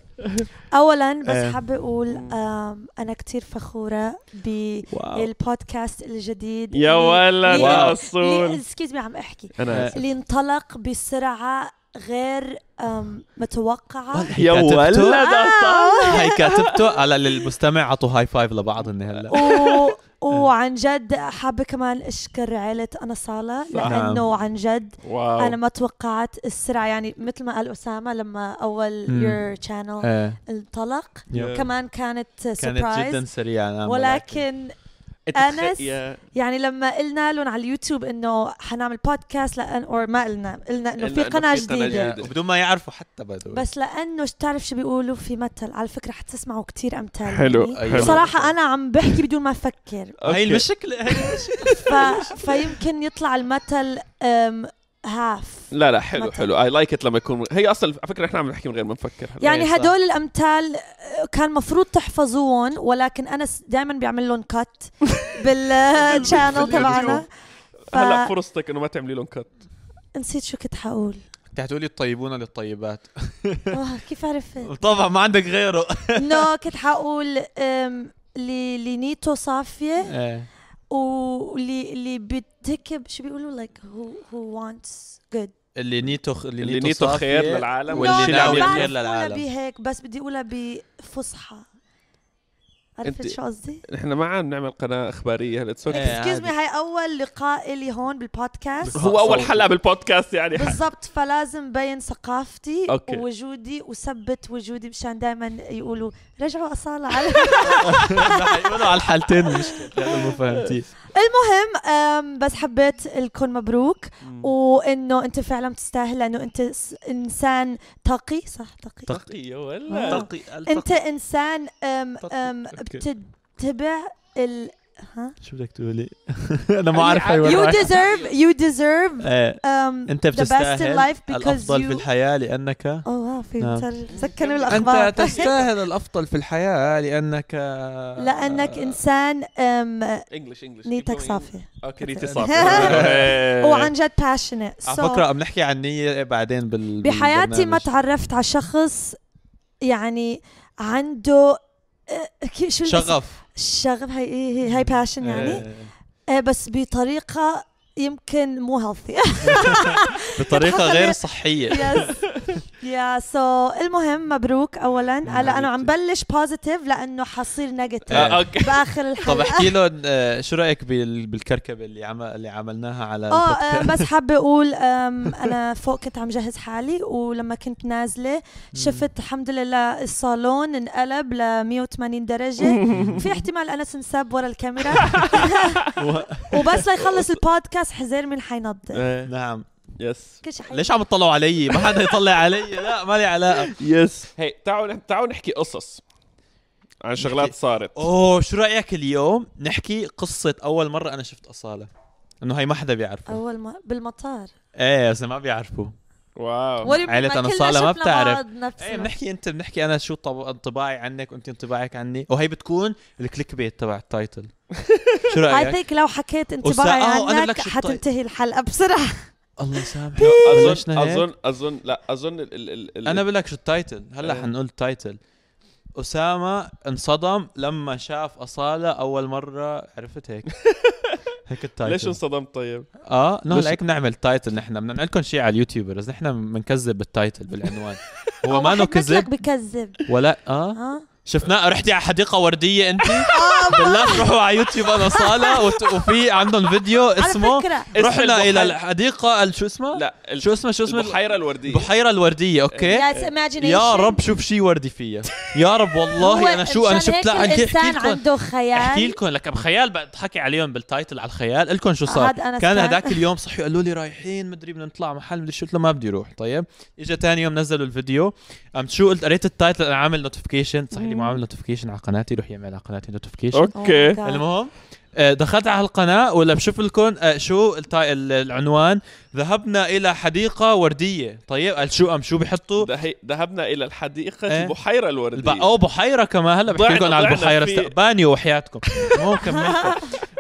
S3: اولا بس
S2: إيه.
S3: حابة اقول
S1: مم.
S3: آم، انا كتير فخورة
S2: واو
S3: بالبودكاست الجديد
S1: يا ولد أه،
S2: واو.
S1: اصول
S3: اسكيز مي عم احكي
S1: انا آسف.
S3: اللي انطلق بسرعة غير آم، متوقعة
S1: يا ولد
S3: آه.
S2: هي كاتبته هلا للمستمع عطوا هاي فايف لبعض هن هلا
S3: و... وعن جد حابة كمان أشكر عيلة أنا صالة
S2: نعم.
S3: لأنه عن جد
S1: واو
S3: أنا ما توقعت السرعة يعني مثل ما قال أسامة لما أول
S2: مم.
S3: your channel
S2: إيه.
S3: انطلق
S1: يا.
S3: كمان كانت
S2: كانت جدا
S3: سربرايز
S2: سريعه نعم
S3: ولكن
S1: أنت
S3: أنس-
S1: تخ- يا-
S3: يعني لما قلنا لهم على اليوتيوب انه حنعمل بودكاست لان او ما قلنا قلنا انه
S1: قلنا
S3: في
S1: إنه
S3: قناه
S1: في قناة
S3: جديده
S1: جديدة.
S2: يا، إيه. وبدون ما يعرفوا حتى بدو
S3: بس لانه شو بتعرف شو بيقولوا في مثل على فكره حتسمعوا كتير امثال
S1: حلو،
S3: مني.
S1: حلو.
S3: بصراحه انا عم بحكي بدون ما افكر
S2: هي
S1: أوكي.
S2: المشكله هي
S3: ف... فيمكن يطلع المثل um, أم... هاف
S1: لا لا حلو
S3: متى؟
S1: حلو اي لايك ات لما يكون هي اصلا على فكره احنا عم نحكي من غير ما نفكر هلا.
S3: يعني
S2: إيه، صح.
S3: هدول الامثال آه، كان مفروض تحفظوهم ولكن انس دائما بيعمل لهم كات بالشانل تبعنا
S1: هلا فرصتك انه ما تعملي لهم كت
S3: نسيت شو كنت حقول
S2: كنت حتقولي الطيبون للطيبات
S3: آه، كيف عرفت
S2: طبعا ما عندك غيره
S3: انه كنت حقول أم، اللي اللي نيته صافيه
S2: ايه
S3: واللي اللي بتهك شو بيقولوا لايك هو هو wants good
S2: اللي نيته خ- اللي,
S1: اللي نيته خير
S2: صافية.
S1: للعالم
S2: واللي
S1: والشيء
S3: No,
S1: اللي
S3: لا،
S1: عم
S2: ناوي
S3: بعرف
S1: يعمله.
S2: خير للعالم.
S3: أقولها بهيك بس بدي اقولها بفصحى عرفت
S1: أنت-
S3: شو قصدي؟
S1: نحن ما عم نعمل قناه اخباريه هلا اتس
S2: إيه.
S3: اكسكيوز
S2: عادي.
S3: مي هاي اول لقاء لي هون بالبودكاست
S1: هو اول حلقه بالبودكاست يعني ح-
S3: بالضبط فلازم بين ثقافتي
S1: أوكي.
S3: ووجودي وثبت وجودي مشان دائما يقولوا رجعوا اصاله على
S2: حيقولوا على الحالتين المشكله لانه مو فهمتيه
S3: المهم أم، بس حبيت الكل مبروك وانه انت فعلا بتستاهل لانه انت س- انسان تقي صح تقي
S2: تقي.
S1: تقية ولا
S3: انت انسان أم
S2: تقي.
S3: أم
S2: أوكي.
S3: بتتبع ال ها
S2: شو بدك تقولي؟ انا ما
S1: عارف
S2: عارف
S1: هي وين
S3: يعني you deserve you deserve
S2: ايه
S3: um,
S2: انت
S3: the best in
S2: بتستاهل
S3: life because
S2: الافضل في
S3: you
S2: الحياه لانك
S3: اوه واو في
S2: نعم.
S3: صار- سكنوا الاخبار
S2: انت تستاهل الافضل في آه، الحياه لانك
S3: لانك انسان أم،
S1: انجلش انجلش
S3: نيتك صافيه
S1: اوكي نيتي صافية
S3: وعن جد passionate
S2: آه، على
S3: So-
S2: فكره عم نحكي عن نيه بعدين بال
S3: بحياتي ما
S2: بالبرنامج.
S3: تعرفت على شخص يعني عنده أه، كيف- شو الاسم؟
S2: شغف
S3: الشغف هي هي, هي باشن يعني
S2: إيه.
S3: أه، بس بطريقه يمكن مو هيلثي
S2: بطريقه
S3: بتحط
S2: غير
S3: عليه-
S2: صحيه
S3: يس يا سو المهم مبروك اولا هلا انا عم بلش بوزيتيف لانه حصير نيجاتيف
S2: إيه.
S1: اوكي
S3: باخر
S2: طب
S3: الحلقه
S2: احكي لهم آه، شو رايك بال- بالكركبه اللي عمل اللي عملناها على
S3: اه
S2: البودكاست؟
S3: آه، بس حابه اقول آم، انا فوق كنت عم جهز حالي ولما كنت نازله شفت الحمد لله الصالون انقلب ل 180 درجه في احتمال انس انساب ورا الكاميرا وبس ليخلص البودكاست حزير مين حينظف
S2: نعم
S1: يس
S3: كل شيء حي-
S2: ليش عم تطلعوا علي ما حدا يطلع علي لا ما لي علاقه
S1: يس هي تعالوا تعالوا نحكي قصص عن شغلات
S2: نحكي-
S1: صارت
S2: اوه شو رايك اليوم نحكي قصه اول مره انا شفت اصاله انه هي ما حدا بيعرفه
S3: اول ما بالمطار
S2: ايه بس ما بيعرفوا
S1: واو
S3: ولي-
S2: آه، عيلة
S3: ما
S2: أنا
S3: كلنا
S2: صالة ما
S3: شفنا
S2: بتعرف.
S3: بعض نفس
S2: ايه
S3: الوقت.
S2: بنحكي انت بنحكي انا شو طب... انطباعي عنك وانت انطباعك عني وهي بتكون الكليك بيت تبع التايتل شو
S3: I
S2: رايك؟
S3: think لو حكيت انطباعي
S2: وسا- آه، أنا بدك
S3: عنك
S2: شو
S3: حتنتهي الحلقه بسرعه
S2: الله يسامحك
S1: اظن
S2: بلشنا هيك؟
S1: اظن اظن لا اظن ال ال- ال ال
S2: انا بقول لك شو التايتل هلا
S1: إيه.
S2: حنقول التايتل اسامه انصدم لما شاف اصاله اول مره عرفت هيك هيك التايتل
S1: ليش انصدمت طيب؟
S2: اه نو
S1: ليش-
S2: هيك بنعمل تايتل نحن بدنا نعمل لكم شيء على اليوتيوب بس نحن بنكذب بالتايتل بالعنوان هو ما
S3: واحد آه.
S2: انه
S3: مثلك
S2: كذب
S3: بكذب
S2: ولا اه
S3: ها
S2: شفناه رحتي على حديقه ورديه انت
S3: آه.
S2: بالله روحوا على يوتيوب انا صاله وت- وفي عندهم فيديو
S3: على
S2: اسمه
S3: فكره
S1: اسم
S2: رحنا الى
S1: البحيرة-
S2: الحديقه ال- شو اسمه
S1: لا ال-
S2: أه؟ شو اسمه شو اسمه
S1: البحيره الورديه
S2: البحيره الورديه اوكي
S3: يس imagination
S2: يا رب شوف شي وردي فيا يا رب
S3: هو
S2: والله انا شو انا
S3: مشان
S2: شفت
S3: هيك
S2: لا احكي
S3: الانسان
S2: لكم
S3: عنده
S2: احكي
S3: خيال
S2: لكم لك بخيال بقى حكي عليهم بالتايتل على الخيال لكم شو صار
S3: عاد أنا
S2: كان
S3: سمعت.
S2: هداك اليوم صحي قالوا لي رايحين مدري بدنا نطلع محل مدري شو قلت له ما بدي اروح طيب اجى ثاني يوم نزلوا الفيديو قمت شو قلت قريت التايتل انا عامل نوتيفيكيشن صح لي ما عامل نوتيفيكيشن على قناتي روح يعمل على قناتي نوتيفيكيشن
S1: اوكي
S3: Oh my God.
S2: المهم آه، دخلت على القناة ولا بشوف لكم آه، شو التا- ال- العنوان ذهبنا إلى حديقة وردية طيب قال شو أم شو بحطوا
S1: ده هي- ذهبنا الى الحديقه
S2: إيه.
S1: البحيره الورديه
S2: الب... او بحيره كمان هلا بحكي
S1: ضعنا-
S2: لكم على
S1: ضعنا
S2: البحيره
S1: في-
S2: استقباني وحياتكم ممكن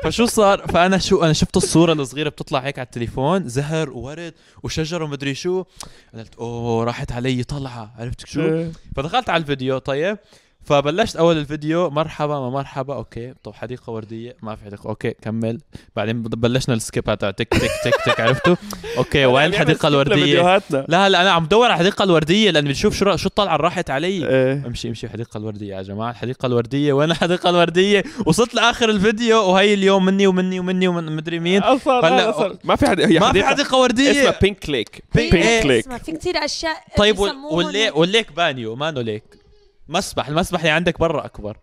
S2: فشو صار فانا شو انا شفت الصوره الصغيره بتطلع هيك على التليفون زهر وورد وشجره ومدري شو قلت اوه راحت علي طلعه عرفت شو
S1: إيه.
S2: فدخلت على الفيديو طيب فبلشت اول الفيديو مرحبا ما مرحبا اوكي طب حديقه ورديه ما في حديقه اوكي كمل بعدين بلشنا السكيب تاع تك تك تك تك عرفتوا اوكي إيه، وين
S1: عم يعمل
S2: الحديقه
S1: سكيب
S2: الورديه
S1: لفيديوهاتنا
S2: لا هلا انا عم دور على الحديقه الورديه لاني بشوف شو شو الطلعه اللي راحت علي
S1: إيه.
S2: امشي امشي الحديقه الورديه يا جماعه الحديقه الورديه وين الحديقه الورديه وصلت لاخر الفيديو وهي اليوم مني ومني ومني ومن مدري مين
S1: اصلا
S2: هلا-
S1: أصلاً. ما في حد هي
S2: ما في
S1: حديقة-
S2: حديقه ورديه
S1: اسمها بينك ليك
S2: Pink-
S1: بينك
S2: إيه.
S1: ليك
S3: اسمع، في كثير اشياء
S2: طيب وال-
S3: بيسموهم
S2: والليك والليك بانيو ما انه ليك مسبح المسبح اللي عندك برا اكبر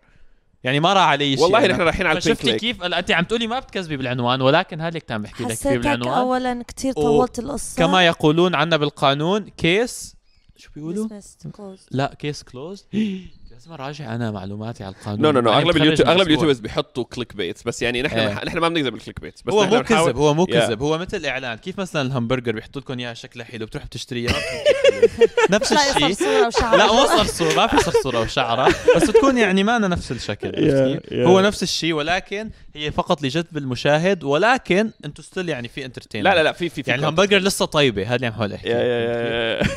S2: يعني ما راح علي شيء
S1: والله
S2: أنا.
S1: نحن رايحين على البينك
S2: شفتي
S1: ليك
S2: كيف هلا انت عم تقولي ما بتكذبي بالعنوان ولكن هالك كان بحكي لك فيه
S3: حسيتك
S2: بالعنوان
S3: اولا كثير طولت القصه
S2: كما يقولون عنا بالقانون كيس شو بيقولوا؟
S3: Dismissed, closed.
S2: لا كيس كلوز لازم اراجع انا معلوماتي على القانون
S1: نو نو نو
S2: أنا
S1: اغلب
S2: متخرج
S1: اليوتيوب
S2: من
S1: اغلب
S2: أسبوع.
S1: اليوتيوبرز بيحطوا كليك بيت بس يعني نحن
S2: إيه.
S1: ما- نحن ما بنكذب بالكليك بيت بس
S2: هو
S1: نحن
S2: مو
S1: بنحاول-
S2: كذب هو مو
S1: Yeah.
S2: كذب هو مثل اعلان كيف مثلا الهمبرجر بيحطوا لكم اياها شكلها حلو بتروح بتشتريها نفس
S3: لا يصير
S2: الشيء
S3: صورة وشعر.
S2: لا مو صرصور ما في صرصوره وشعره بس تكون يعني ما أنا نفس الشكل
S1: Yeah,
S2: عرفت كيف؟
S1: yeah.
S2: هو نفس الشيء ولكن هي فقط لجذب المشاهد ولكن انتم ستيل يعني في انترتين
S1: لا لا لا في في في
S2: يعني الهمبرجر لسه طيبه هذا اللي عم حاول احكي
S1: يا يا يا- يا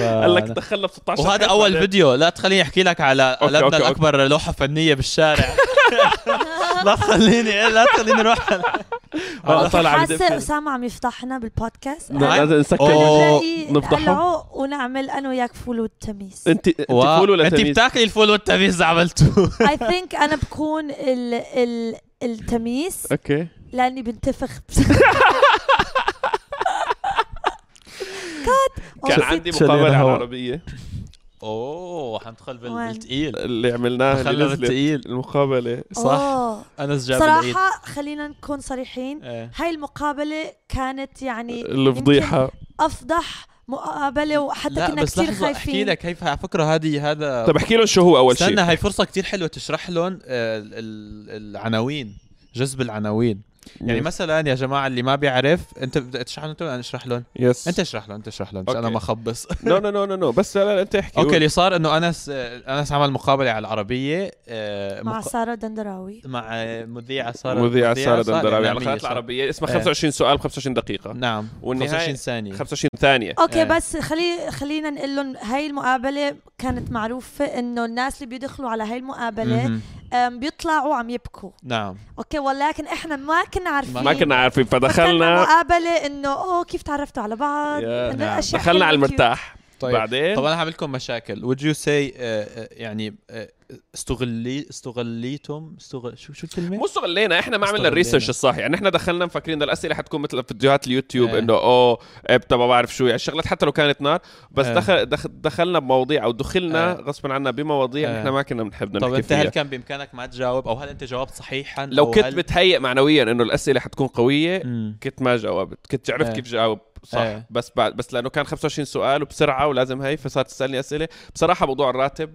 S2: آه،
S1: قال لك دخلنا ب 16
S2: وهذا
S1: حيط
S2: اول
S1: بعدين.
S2: فيديو لا تخليني احكي لك على
S1: أوكي،
S2: قلبنا
S1: أوكي، أوكي.
S2: الاكبر لوحه فنيه بالشارع لا تخليني إيه، لا تخليني اروح على-
S1: آه، طلع عم يدق
S3: حاسه
S1: فينا.
S3: اسامه عم يفضحنا بالبودكاست
S1: لا، آه،
S2: نعم.
S1: لازم نسكر
S2: أوه.
S3: بلاقي
S1: نفضحه؟
S3: قلعه ونعمل انا وياك فول والتميس
S1: انت انت
S2: واو،
S1: فول ولا
S2: انت
S1: تميس
S2: بتاكلي الفول والتميز عملته
S3: اي ثينك انا بكون ال ال التميس
S1: اوكي
S3: لاني بنتفخ
S1: كان
S3: أوه.
S1: عندي
S2: شلينا
S1: مقابله على
S2: هوا.
S1: العربيه
S2: اوه حندخل بال-
S3: وين؟
S2: بالثقيل
S1: اللي عملناها اللي
S2: خلى
S1: نزلت
S2: بالثقيل
S1: المقابله
S2: صح.
S3: أوه.
S2: انس جاب العيد
S3: صراحه خلينا نكون صريحين
S2: إيه.
S3: هاي المقابله كانت يعني يمكن
S1: الفضيحه
S3: افضح مقابله وحتى
S2: لا
S3: كنا
S2: بس
S3: كثير
S2: لحظه احكي
S3: خايفين
S2: لك هي على فكره هذه هذا
S1: طب طيب، احكي لهم شو هو اول
S2: استنى
S1: شيء
S2: هاي فرصه كتير حلوه تشرح لهم آه، ال- ال- العناوين جذب العناوين يعني مثلا يا جماعه اللي ما بيعرف انت بدك تشرح لهم أنت ولا انا اشرح لهم
S1: يس
S2: انت اشرح لهم انت اشرح لهم مش
S1: أوكي.
S2: انا ما خبص
S1: نو نو نو نو نو بس لا لا انت احكي
S2: اوكي
S1: قول.
S2: اللي صار انه انس آه، انس عمل مقابله على العربيه آه،
S3: مع
S2: مق-
S3: ساره دندراوي
S2: مع آه، مذيعه ساره
S1: مذيعة سارة دندراوي على
S2: الإعلامية،
S1: القناة
S2: صار.
S1: العربية اسمها
S2: إيه.
S1: 25 سؤال ب 25 دقيقة
S2: نعم
S1: والنهاية
S2: 25 ثانيه
S1: 25 ثانية
S3: اوكي
S2: إيه.
S3: بس خلي خلينا نقول لهم هاي المقابله كانت معروفه انه الناس اللي بيدخلوا على هاي المقابله
S2: مهم.
S3: أم، بيطلعوا عم يبكوا
S2: نعم
S3: اوكي ولكن احنا ما كنا عارفين
S1: ما كنا عارفين
S3: فكرنا
S1: فدخلنا
S3: مقابله انه اوه كيف تعرفتوا على بعض
S1: يا
S3: إنه
S2: نعم.
S3: أشياء
S1: دخلنا
S3: حلوة
S1: على
S3: cute.
S1: المرتاح
S2: طيب
S1: بعدين
S2: طب انا هعمل لكم مشاكل would you say uh, uh, يعني uh, استغلي استغليتم استغل شو شو الكلمه؟
S1: مو استغلينا احنا ما عملنا
S2: استغلينا.
S1: الريسيرش الصح يعني احنا دخلنا مفكرين إن الاسئله حتكون مثل فيديوهات اليوتيوب
S2: إيه.
S1: انه اوه طب ما بعرف شو يعني الشغلات حتى لو كانت نار بس
S2: إيه.
S1: دخل دخ- دخلنا بمواضيع او دخلنا
S2: إيه.
S1: غصبا عنا بمواضيع
S2: إيه.
S1: احنا ما كنا بنحب
S2: طب
S1: نحكي
S2: انت هل
S1: فيها
S2: كان بامكانك ما تجاوب او هل انت جاوبت صحيحا
S1: لو
S2: أو
S1: كنت
S2: هل...
S1: متهيئ معنويا انه الاسئله حتكون قويه
S2: مم.
S1: كنت ما جاوبت كنت عرفت
S2: إيه.
S1: كيف جاوب صح
S2: إيه.
S1: بس بعد بس لانه كان 25 سؤال وبسرعه ولازم هي فصارت تسالني اسئله بصراحه موضوع الراتب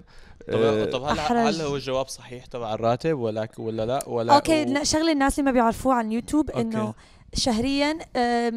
S1: آه،
S2: طب, طب هل
S3: أحرج.
S2: هل هو الجواب صحيح تبع الراتب ولا ولا لا ولا
S3: اوكي لا شغله الناس اللي ما بيعرفوه عن يوتيوب انه
S2: أوكي.
S3: شهريا أم،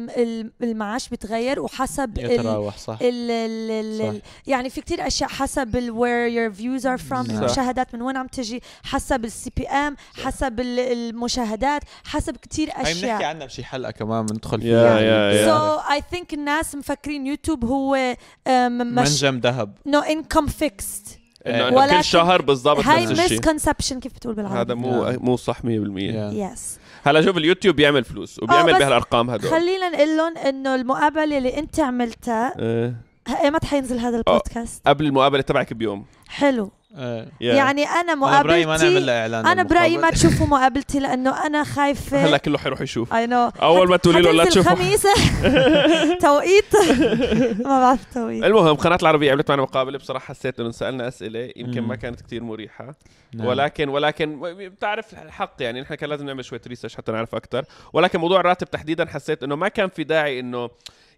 S3: ال- المعاش بيتغير وحسب ال-
S2: يتراوح صح طيب،
S3: ال ال ال ال يعني في كتير اشياء حسب ال where your views are from
S2: صح.
S3: المشاهدات من وين عم تجي حسب السي بي ام حسب ال- المشاهدات حسب كتير
S2: هاي بنحكي
S3: اشياء
S2: عنها بشي حلقه كمان بندخل
S1: يا-
S2: فيها
S1: يا- يا.
S3: سو اي ثينك الناس مفكرين يوتيوب هو أم، مش
S2: منجم ذهب
S3: نو انكم فيكست
S2: إيه.
S1: انه
S3: ولكن
S1: إنه كل شهر بالضبط
S3: هاي
S1: نفس الشيء
S3: مسكونسبشن كيف بتقول بالعربي
S1: هذا مو
S2: نعم.
S1: مو صح 100%
S2: يا.
S3: يس
S1: هلا شوف اليوتيوب بيعمل فلوس
S3: آه،
S1: وبيعمل
S3: بس
S1: بهالارقام هدول
S3: خلينا نقول لهم انه المقابله اللي انت عملتها
S1: آه،
S3: ه- ايمت حينزل هذا البودكاست
S1: قبل المقابله تبعك بيوم
S3: حلو
S2: إيه.
S1: يا.
S3: يعني انا
S2: انا برايي
S3: مقابلتي
S2: ما نعمل لها اعلان
S3: انا برايي ما
S2: بالمقابل.
S3: تشوفوا مقابلتي لانه انا خايفه
S1: هلا كله حيروح يشوف
S3: اي نو
S1: أول ما تقولي له لا تشوفوا.
S3: الخميس توقيت ما بعرف توقيت
S1: المهم قناه العربيه عملت معنا مقابله بصراحه حسيت انه سالنا اسئله يمكن
S2: مم.
S1: ما كانت كتير مريحه
S2: نعم.
S1: ولكن ولكن بتعرف الحق يعني نحن كان لازم نعمل شويه ريسيرش حتى نعرف اكثر ولكن موضوع الراتب تحديدا حسيت انه ما كان في داعي انه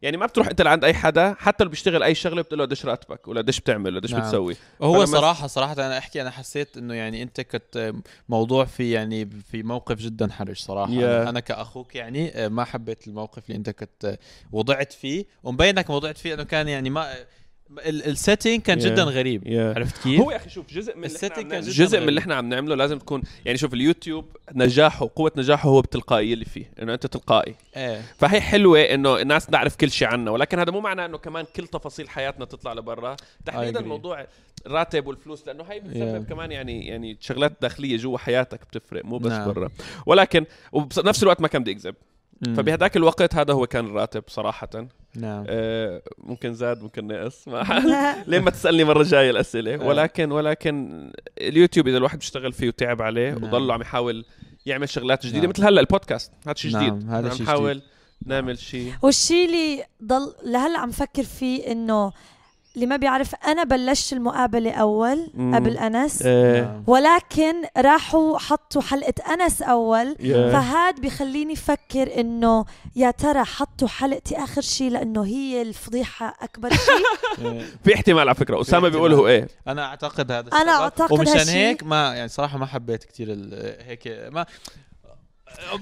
S1: يعني ما بتروح انت لعند اي حدا حتى لو بيشتغل اي شغله بتقول له قديش راتبك ولا قديش بتعمل ولا قديش
S2: نعم.
S1: بتسوي
S2: هو
S1: فلما-
S2: صراحة صراحة أنا أحكي أنا حسيت إنه يعني أنت كنت موضوع في يعني في موقف جدا حرج صراحة
S1: Yeah.
S2: yeah. أنا كأخوك يعني ما حبيت الموقف اللي أنت كنت آه، وضعت فيه ومبينك وضعت فيه إنه كان يعني ما السيتنج كان
S1: Yeah.
S2: yeah. جدا غريب
S1: Yeah.
S2: yeah. عرفت كيف؟
S1: هو يا اخي شوف جزء من اللي
S2: الsetting
S1: احنا عم
S2: كان
S1: نعمله- جزء
S2: جداً
S1: من
S2: غريب.
S1: اللي احنا عم نعمله لازم تكون يعني شوف اليوتيوب نجاحه قوه نجاحه هو بالتلقائيه اللي فيه انه انت تلقائي
S2: إيه.
S1: فهي حلوه انه الناس تعرف كل شيء عنا ولكن هذا مو معناه انه كمان كل تفاصيل حياتنا تطلع لبرا تحديدا
S2: agree.
S1: موضوع الراتب والفلوس لانه هي بتسبب
S2: Yeah.
S1: كمان يعني يعني شغلات داخليه جوا حياتك بتفرق مو بس
S2: نعم.
S1: برا ولكن وبنفس الوقت ما كان بدي اكذب
S2: مم.
S1: فبهداك الوقت هذا هو كان الراتب صراحه
S2: نعم
S1: آه، ممكن زاد ممكن نقص ما- ليه ما تسالني مره جايه الاسئله
S2: آه.
S1: ولكن ولكن اليوتيوب اذا الواحد بيشتغل فيه وتعب عليه
S2: نعم.
S1: وضله عم يحاول يعمل شغلات جديده
S2: نعم.
S1: مثل هلا البودكاست هذا شيء
S2: نعم،
S1: جديد
S2: هذا
S1: عم
S2: شيء
S1: نحاول نعمل شيء
S3: والشيء اللي ضل لهلا عم فكر فيه انه اللي ما بيعرف انا بلشت المقابله اول
S1: مم.
S3: قبل انس
S1: آه، إيه.
S2: نعم.
S3: ولكن راحوا حطوا حلقه انس اول
S1: يا.
S3: فهاد بخليني فكر انه يا ترى حطوا حلقتي اخر شيء لانه هي الفضيحه اكبر شيء
S2: إيه.
S1: في احتمال على فكره اسامه
S2: احتمال.
S1: بيقول هو ايه
S2: انا اعتقد هذا
S3: أنا
S2: السبب.
S3: أعتقد
S2: ومشان
S3: هالشي-
S2: هيك ما يعني صراحه ما حبيت كثير هيك ما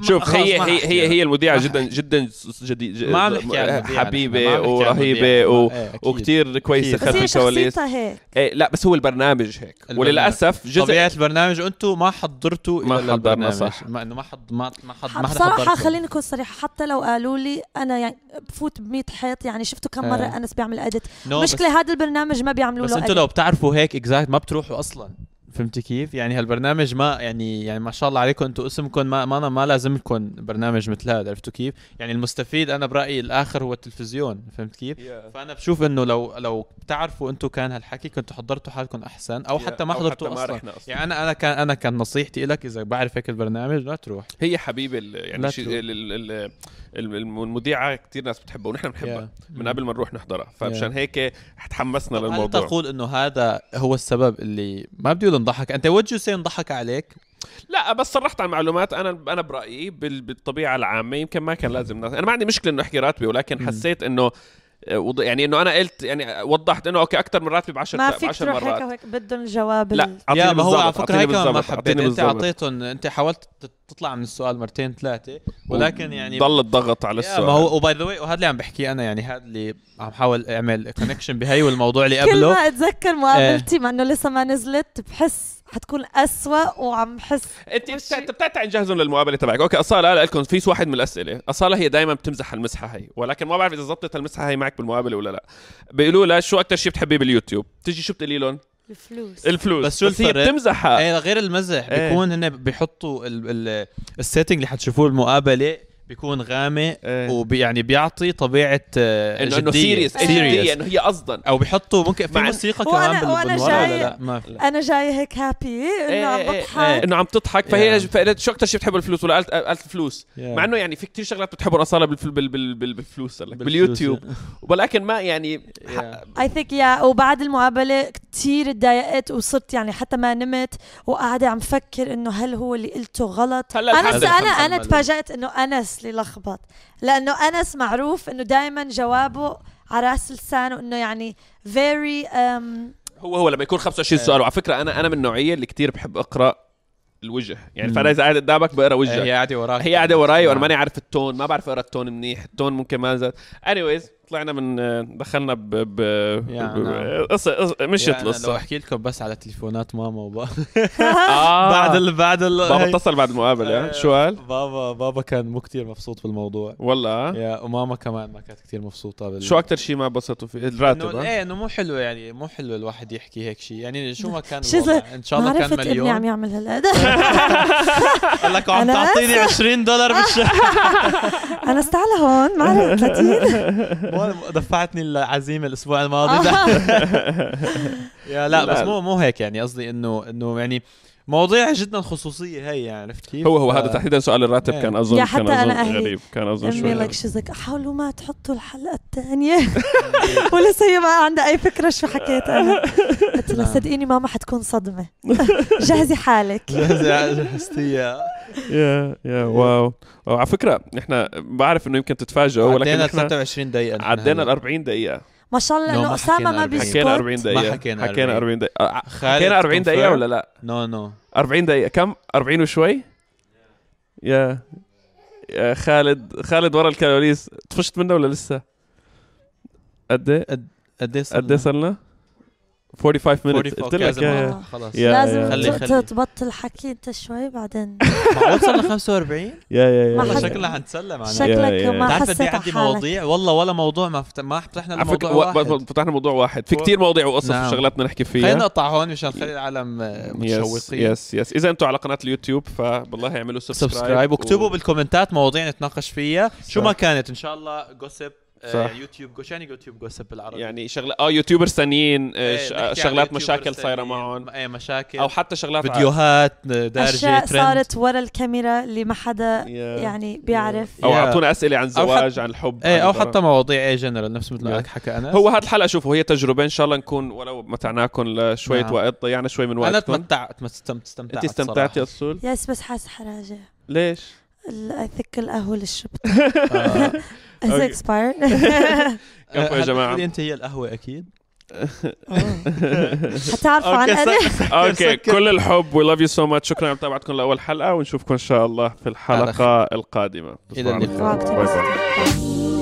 S1: شوف
S2: خلص،
S1: هي
S2: ما
S1: هي
S2: ححكي
S1: هي
S2: أنا.
S1: هي المذيعه
S2: ما
S1: جدا جدا جديد
S2: ما عم نحكي عن المذيعة نحن، ما
S1: حبيبه
S2: عم نحكي عن
S1: ورهيبه
S2: المذيعة.
S1: و...
S2: إيه، أكيد.
S1: وكتير كويسه
S2: أكيد.
S1: خلف
S3: بس هي
S1: الكواليس
S3: شخصيتها هيك
S1: إيه لا بس هو البرنامج هيك
S2: البرنامج.
S1: وللاسف
S2: طبيعه
S1: جزء
S2: البرنامج انتم ما حضرتوا
S1: ما
S2: إلا
S1: حضرنا،
S2: البرنامج.
S1: صح.
S2: ما انه ما حض ما ما حض ما حدا
S3: بصراحة
S2: حضركم.
S3: خليني أكون صريحة حتى لو قالوا لي أنا يعني بفوت ب 100 حيط يعني شفتوا كم مرة
S2: إيه.
S3: أنس بيعمل أدت
S2: نو، بس-
S3: مشكلة هذا البرنامج ما بيعملوا
S2: بس
S3: له
S2: انتوا
S3: edit.
S2: لو بتعرفوا هيك اكزاكت ما بتروحوا اصلا فهمتي كيف؟ يعني هالبرنامج ما يعني يعني ما شاء الله عليكم انتوا اسمكم ما ما, ما لازمكم برنامج مثل هذا عرفتوا كيف؟ يعني المستفيد انا برايي الاخر هو التلفزيون فهمت كيف؟ فانا بشوف انه لو لو بتعرفوا انتوا كان هالحكي كنتوا حضرتوا حالكم احسن او حتى ما حضرتوا اصلا يعني انا انا كان انا كان نصيحتي لك اذا بعرف هيك البرنامج لا تروح
S1: هي حبيبه ال- يعني
S2: لا
S1: شي-
S2: تروح.
S1: ال- ال- ال- الم- المذيعه كتير ناس بتحبها ونحن بنحبها من قبل ما نروح نحضرها فمشان هيك تحمسنا
S2: طب هل
S1: للموضوع
S2: تقول انه هذا هو السبب اللي ما بدي اقول انضحك انت وجه سي انضحك عليك
S1: لا بس صرحت عن معلومات انا انا برايي بال- بالطبيعه العامه يمكن ما كان لازم ناس. انا ما عندي مشكله انه احكي راتبي ولكن
S2: مم.
S1: حسيت انه آه، وض- يعني انه انا قلت يعني وضحت انه اوكي اكثر من راتبي ب 10
S3: ما فيك
S1: 10
S3: تروح هيك
S1: مرات
S3: وهيك بدهم الجواب
S1: لا
S3: ال-
S1: اعطيني
S2: يا ما هو على
S1: بالضبط
S2: فكره هي
S1: اعطيني
S2: كمان ما
S1: بالضبط
S2: حبيت
S1: اعطيني
S2: انت
S1: بالضبط
S2: اعطيتهم انت حاولت تت- تطلع من السؤال مرتين ثلاثه ولكن يعني
S1: ضل الضغط على
S2: يا
S1: السؤال
S2: ما هو وباي ذا واي وهذا اللي عم بحكيه انا يعني هذا اللي عم حاول اعمل كونكشن بهي والموضوع اللي
S3: كل
S2: قبله
S3: ما اتذكر
S2: إيه.
S3: مقابلتي مع انه لسه ما نزلت بحس حتكون أسوأ وعم حس
S1: انت بت-
S3: ماشي.
S1: انت بتعتعي نجهزهم للمقابله تبعك اوكي اصاله قال لكم في واحد من الاسئله اصاله هي دائما بتمزح المسحه هي ولكن ما بعرف اذا زبطت المسحه هي معك بالمقابله ولا لا بيقولوا لها شو اكثر شيء بتحبيه باليوتيوب تيجي شو بتقولي لهم
S3: الفلوس
S1: الفلوس
S2: بس شو
S1: هي
S2: الفرق؟
S1: بتمزحها
S2: ايه غير المزح
S1: إيه.
S2: بيكون هن بيحطوا السيتنج اللي حتشوفوه المقابله بيكون غامق
S1: إيه.
S2: ويعني بيعطي طبيعه آه،
S1: انه انه
S2: جديه
S1: سيريس إيه، جدية
S2: سيريس
S1: انه هي قصدا
S2: او بيحطوا ممكن في
S1: مع إن-
S2: موسيقى
S3: وأنا-
S2: كمان بال-
S3: وأنا
S2: بالورا ولا
S3: جاي-
S2: لا ما في
S3: أنا جاية هيك هابي إنه
S1: إيه،
S3: عم
S1: إيه،
S2: إيه. إيه.
S3: بضحك
S1: انه عم تضحك فهي
S2: Yeah.
S1: فقالت شو اكثر شيء بتحب الفلوس ولا قالت قالت الفلوس
S2: Yeah.
S1: مع انه يعني في كتير شغلات بتحبوا الاصاله بالفل- بال- بال- بال- بالفلوس قال لك، باليوتيوب ولكن ما يعني
S3: اي ثينك يا وبعد المقابله كثير تضايقت وصرت يعني حتى ما نمت وقاعده عم فكر انه هل هو اللي قلته غلط
S1: هلا الحمد
S3: انس
S1: لله
S3: انا
S2: الحمد
S3: انا
S2: لله.
S3: تفاجات انه انس اللي لخبط لانه انس معروف انه دائما جوابه على راس لسانه انه يعني very um,
S1: هو هو لما يكون 25
S2: آه.
S1: سؤال وعلى فكره انا انا من النوعيه اللي كتير بحب اقرا الوجه يعني فانا اذا قاعد قدامك بقرا وجهك
S2: آه، هي آه. قاعده وراك
S1: هي قاعده وراي وانا ماني عارف التون ما بعرف اقرا التون منيح التون ممكن ما زاد anyways طلعنا من آه، دخلنا ب ب
S2: يا
S1: ب-
S2: نعم.
S1: قصة- قصة- مشيت
S2: يعني أنا لو
S1: القصه
S2: احكي لكم بس على تليفونات ماما وبابا
S1: آه.
S2: بعد ال بعد ال
S1: بابا
S2: هي-
S1: اتصل بعد المقابله
S2: آه.
S1: شو قال؟
S2: بابا بابا كان مو كثير مبسوط بالموضوع
S1: والله
S2: يا نعم. وماما كمان ما كانت كثير مبسوطه بال
S1: شو اكثر شيء ما بسطوا فيه الراتب آه.
S2: انه
S1: ها؟
S2: ايه انه مو حلو يعني مو حلو الواحد يحكي هيك شيء يعني شو ما كان
S3: شو
S2: الوضع
S3: زي-
S2: ان شاء
S3: ما
S2: الله
S3: عرفت
S2: كان
S3: ابني عم
S2: مليون
S3: يعمل هالقد
S2: قال لك عم
S3: أنا
S2: تعطيني 20 دولار بالشهر
S3: انا استعلى هون ما عرفت 30
S2: مو- دفعتني العزيمه الاسبوع الماضي ده. يا لا بس
S1: لا.
S2: مو مو هيك يعني قصدي انه انه يعني مواضيع جدا خصوصيه هي يعني عرفت كيف؟
S1: هو هو
S2: ف-
S1: هذا تحديدا سؤال الراتب
S2: إيه.
S1: كان اظن
S3: يا حتى
S1: كان اظن
S3: أنا أهلي.
S1: غريب كان اظن
S3: امي
S1: شوي
S3: لك شو زك حاولوا ما تحطوا الحلقه الثانيه ولسه هي ما عندها اي فكره شو حكيت انا قلت لها
S2: نعم.
S3: صدقيني ماما حتكون صدمه جهزي حالك
S2: جهزتيها
S1: يا يا واو وعلى فكره نحن بعرف انه يمكن تتفاجئوا ولكن
S2: عدينا
S1: نحن
S2: 23 دقيقة نحن
S1: عدينا ال
S2: هلأ.
S1: 40 دقيقه
S3: ما شاء الله
S2: لا،
S3: لانه
S2: ما
S3: اسامه
S2: نعم، حكينا
S3: ما
S2: أربعين.
S3: بيسكت
S1: حكينا 40 دقيقه
S2: ما حكينا 40.
S1: 40 دقيقه آه، حكينا 40
S2: خالد
S1: دقيقه
S2: confirm.
S1: ولا لا
S2: نو نو
S1: 40 دقيقة كم؟ 40 وشوي؟ يا يا خالد خالد ورا الكواليس طفشت منه ولا لسه؟ قد ايه؟
S2: قد ايه صار
S1: قد ايه صرنا؟ 45 minutes
S2: 45
S1: قلت لك يا- يا
S3: مرة.
S2: خلص
S1: يا-
S3: لازم
S1: يا-
S2: خلي-
S3: ت-
S2: خلي.
S3: تبطل حكي انت شوي بعدين
S2: معقول صرنا 45
S1: يا يا
S3: ما
S1: يا
S3: حد-
S2: شكلنا حنتسلم
S1: يا-
S2: عنها
S3: شكلك
S1: يا-
S3: ما
S2: بتعرف قد
S3: حسيت
S2: ايه
S3: على
S2: عندي
S3: حالك
S2: مواضيع والله ولا موضوع ما فت... ما فتحنا
S1: على فكرة
S2: الموضوع
S1: و-
S2: واحد
S1: فتحنا موضوع واحد في
S2: و-
S1: كتير مواضيع وقصص
S2: نعم.
S1: وشغلات بدنا نحكي
S2: خلينا
S1: فيها
S2: نقطع هون مشان نخلي العالم آه،
S1: يس
S2: متشوقين
S1: يس يس اذا انتم على قناه اليوتيوب فبالله اعملوا
S2: سبسكرايب
S1: سبسكرايب
S2: واكتبوا بالكومنتات مواضيع نتناقش فيها شو
S1: صح.
S2: ما كانت ان شاء الله جوسب آه،
S1: صح.
S2: يوتيوب جوش يعني يوتيوب جوسب بالعربي
S1: يعني شغله اه يوتيوبرز ثانيين آه،
S2: إيه،
S1: ش-
S2: نحكي عن
S1: شغلات
S2: يوتيوبرز
S1: مشاكل صايره
S2: تانيين،
S1: معهم
S2: ايه مشاكل
S1: او حتى شغلات
S2: فيديوهات آه، دارجه
S3: اشياء
S2: trend.
S3: صارت ورا الكاميرا اللي ما حدا
S1: يا.
S3: يعني بيعرف
S1: او
S2: يا.
S1: اعطونا اسئله عن
S2: أو
S1: زواج عن الحب
S2: ايه
S1: عن
S2: او
S1: الضرر.
S2: حتى مواضيع ايه جنرال نفس مثل ما
S1: Yeah.
S2: لك حكى انا
S1: يعني هو هاد الحلقه شوفوا هي تجربه ان شاء الله نكون ولو متعناكم لشويه
S2: نعم.
S1: وقت ضيعنا شوي من
S2: انا
S1: وقتكم
S2: تمتعت ما استم- استمتعت
S1: انت استمتعتي يا اصول
S3: يس بس حاسه حراجه
S1: ليش
S3: اي ثينك القهوه اللي شربتها
S2: صراحة. آه،
S3: از
S1: Okay.
S3: expired
S1: كفو يا
S2: هل
S1: جماعة.
S2: بتقولي انت هي القهوه اكيد
S3: حتعرفوا عن
S2: أوكي،
S3: قريب
S1: اوكي
S2: سكر.
S1: كل الحب وي لاف يو سو ماتش شكرا على متابعتكم لاول حلقه ونشوفكم ان شاء الله في الحلقه القادمه
S2: إلى اللقاء.
S1: باي باي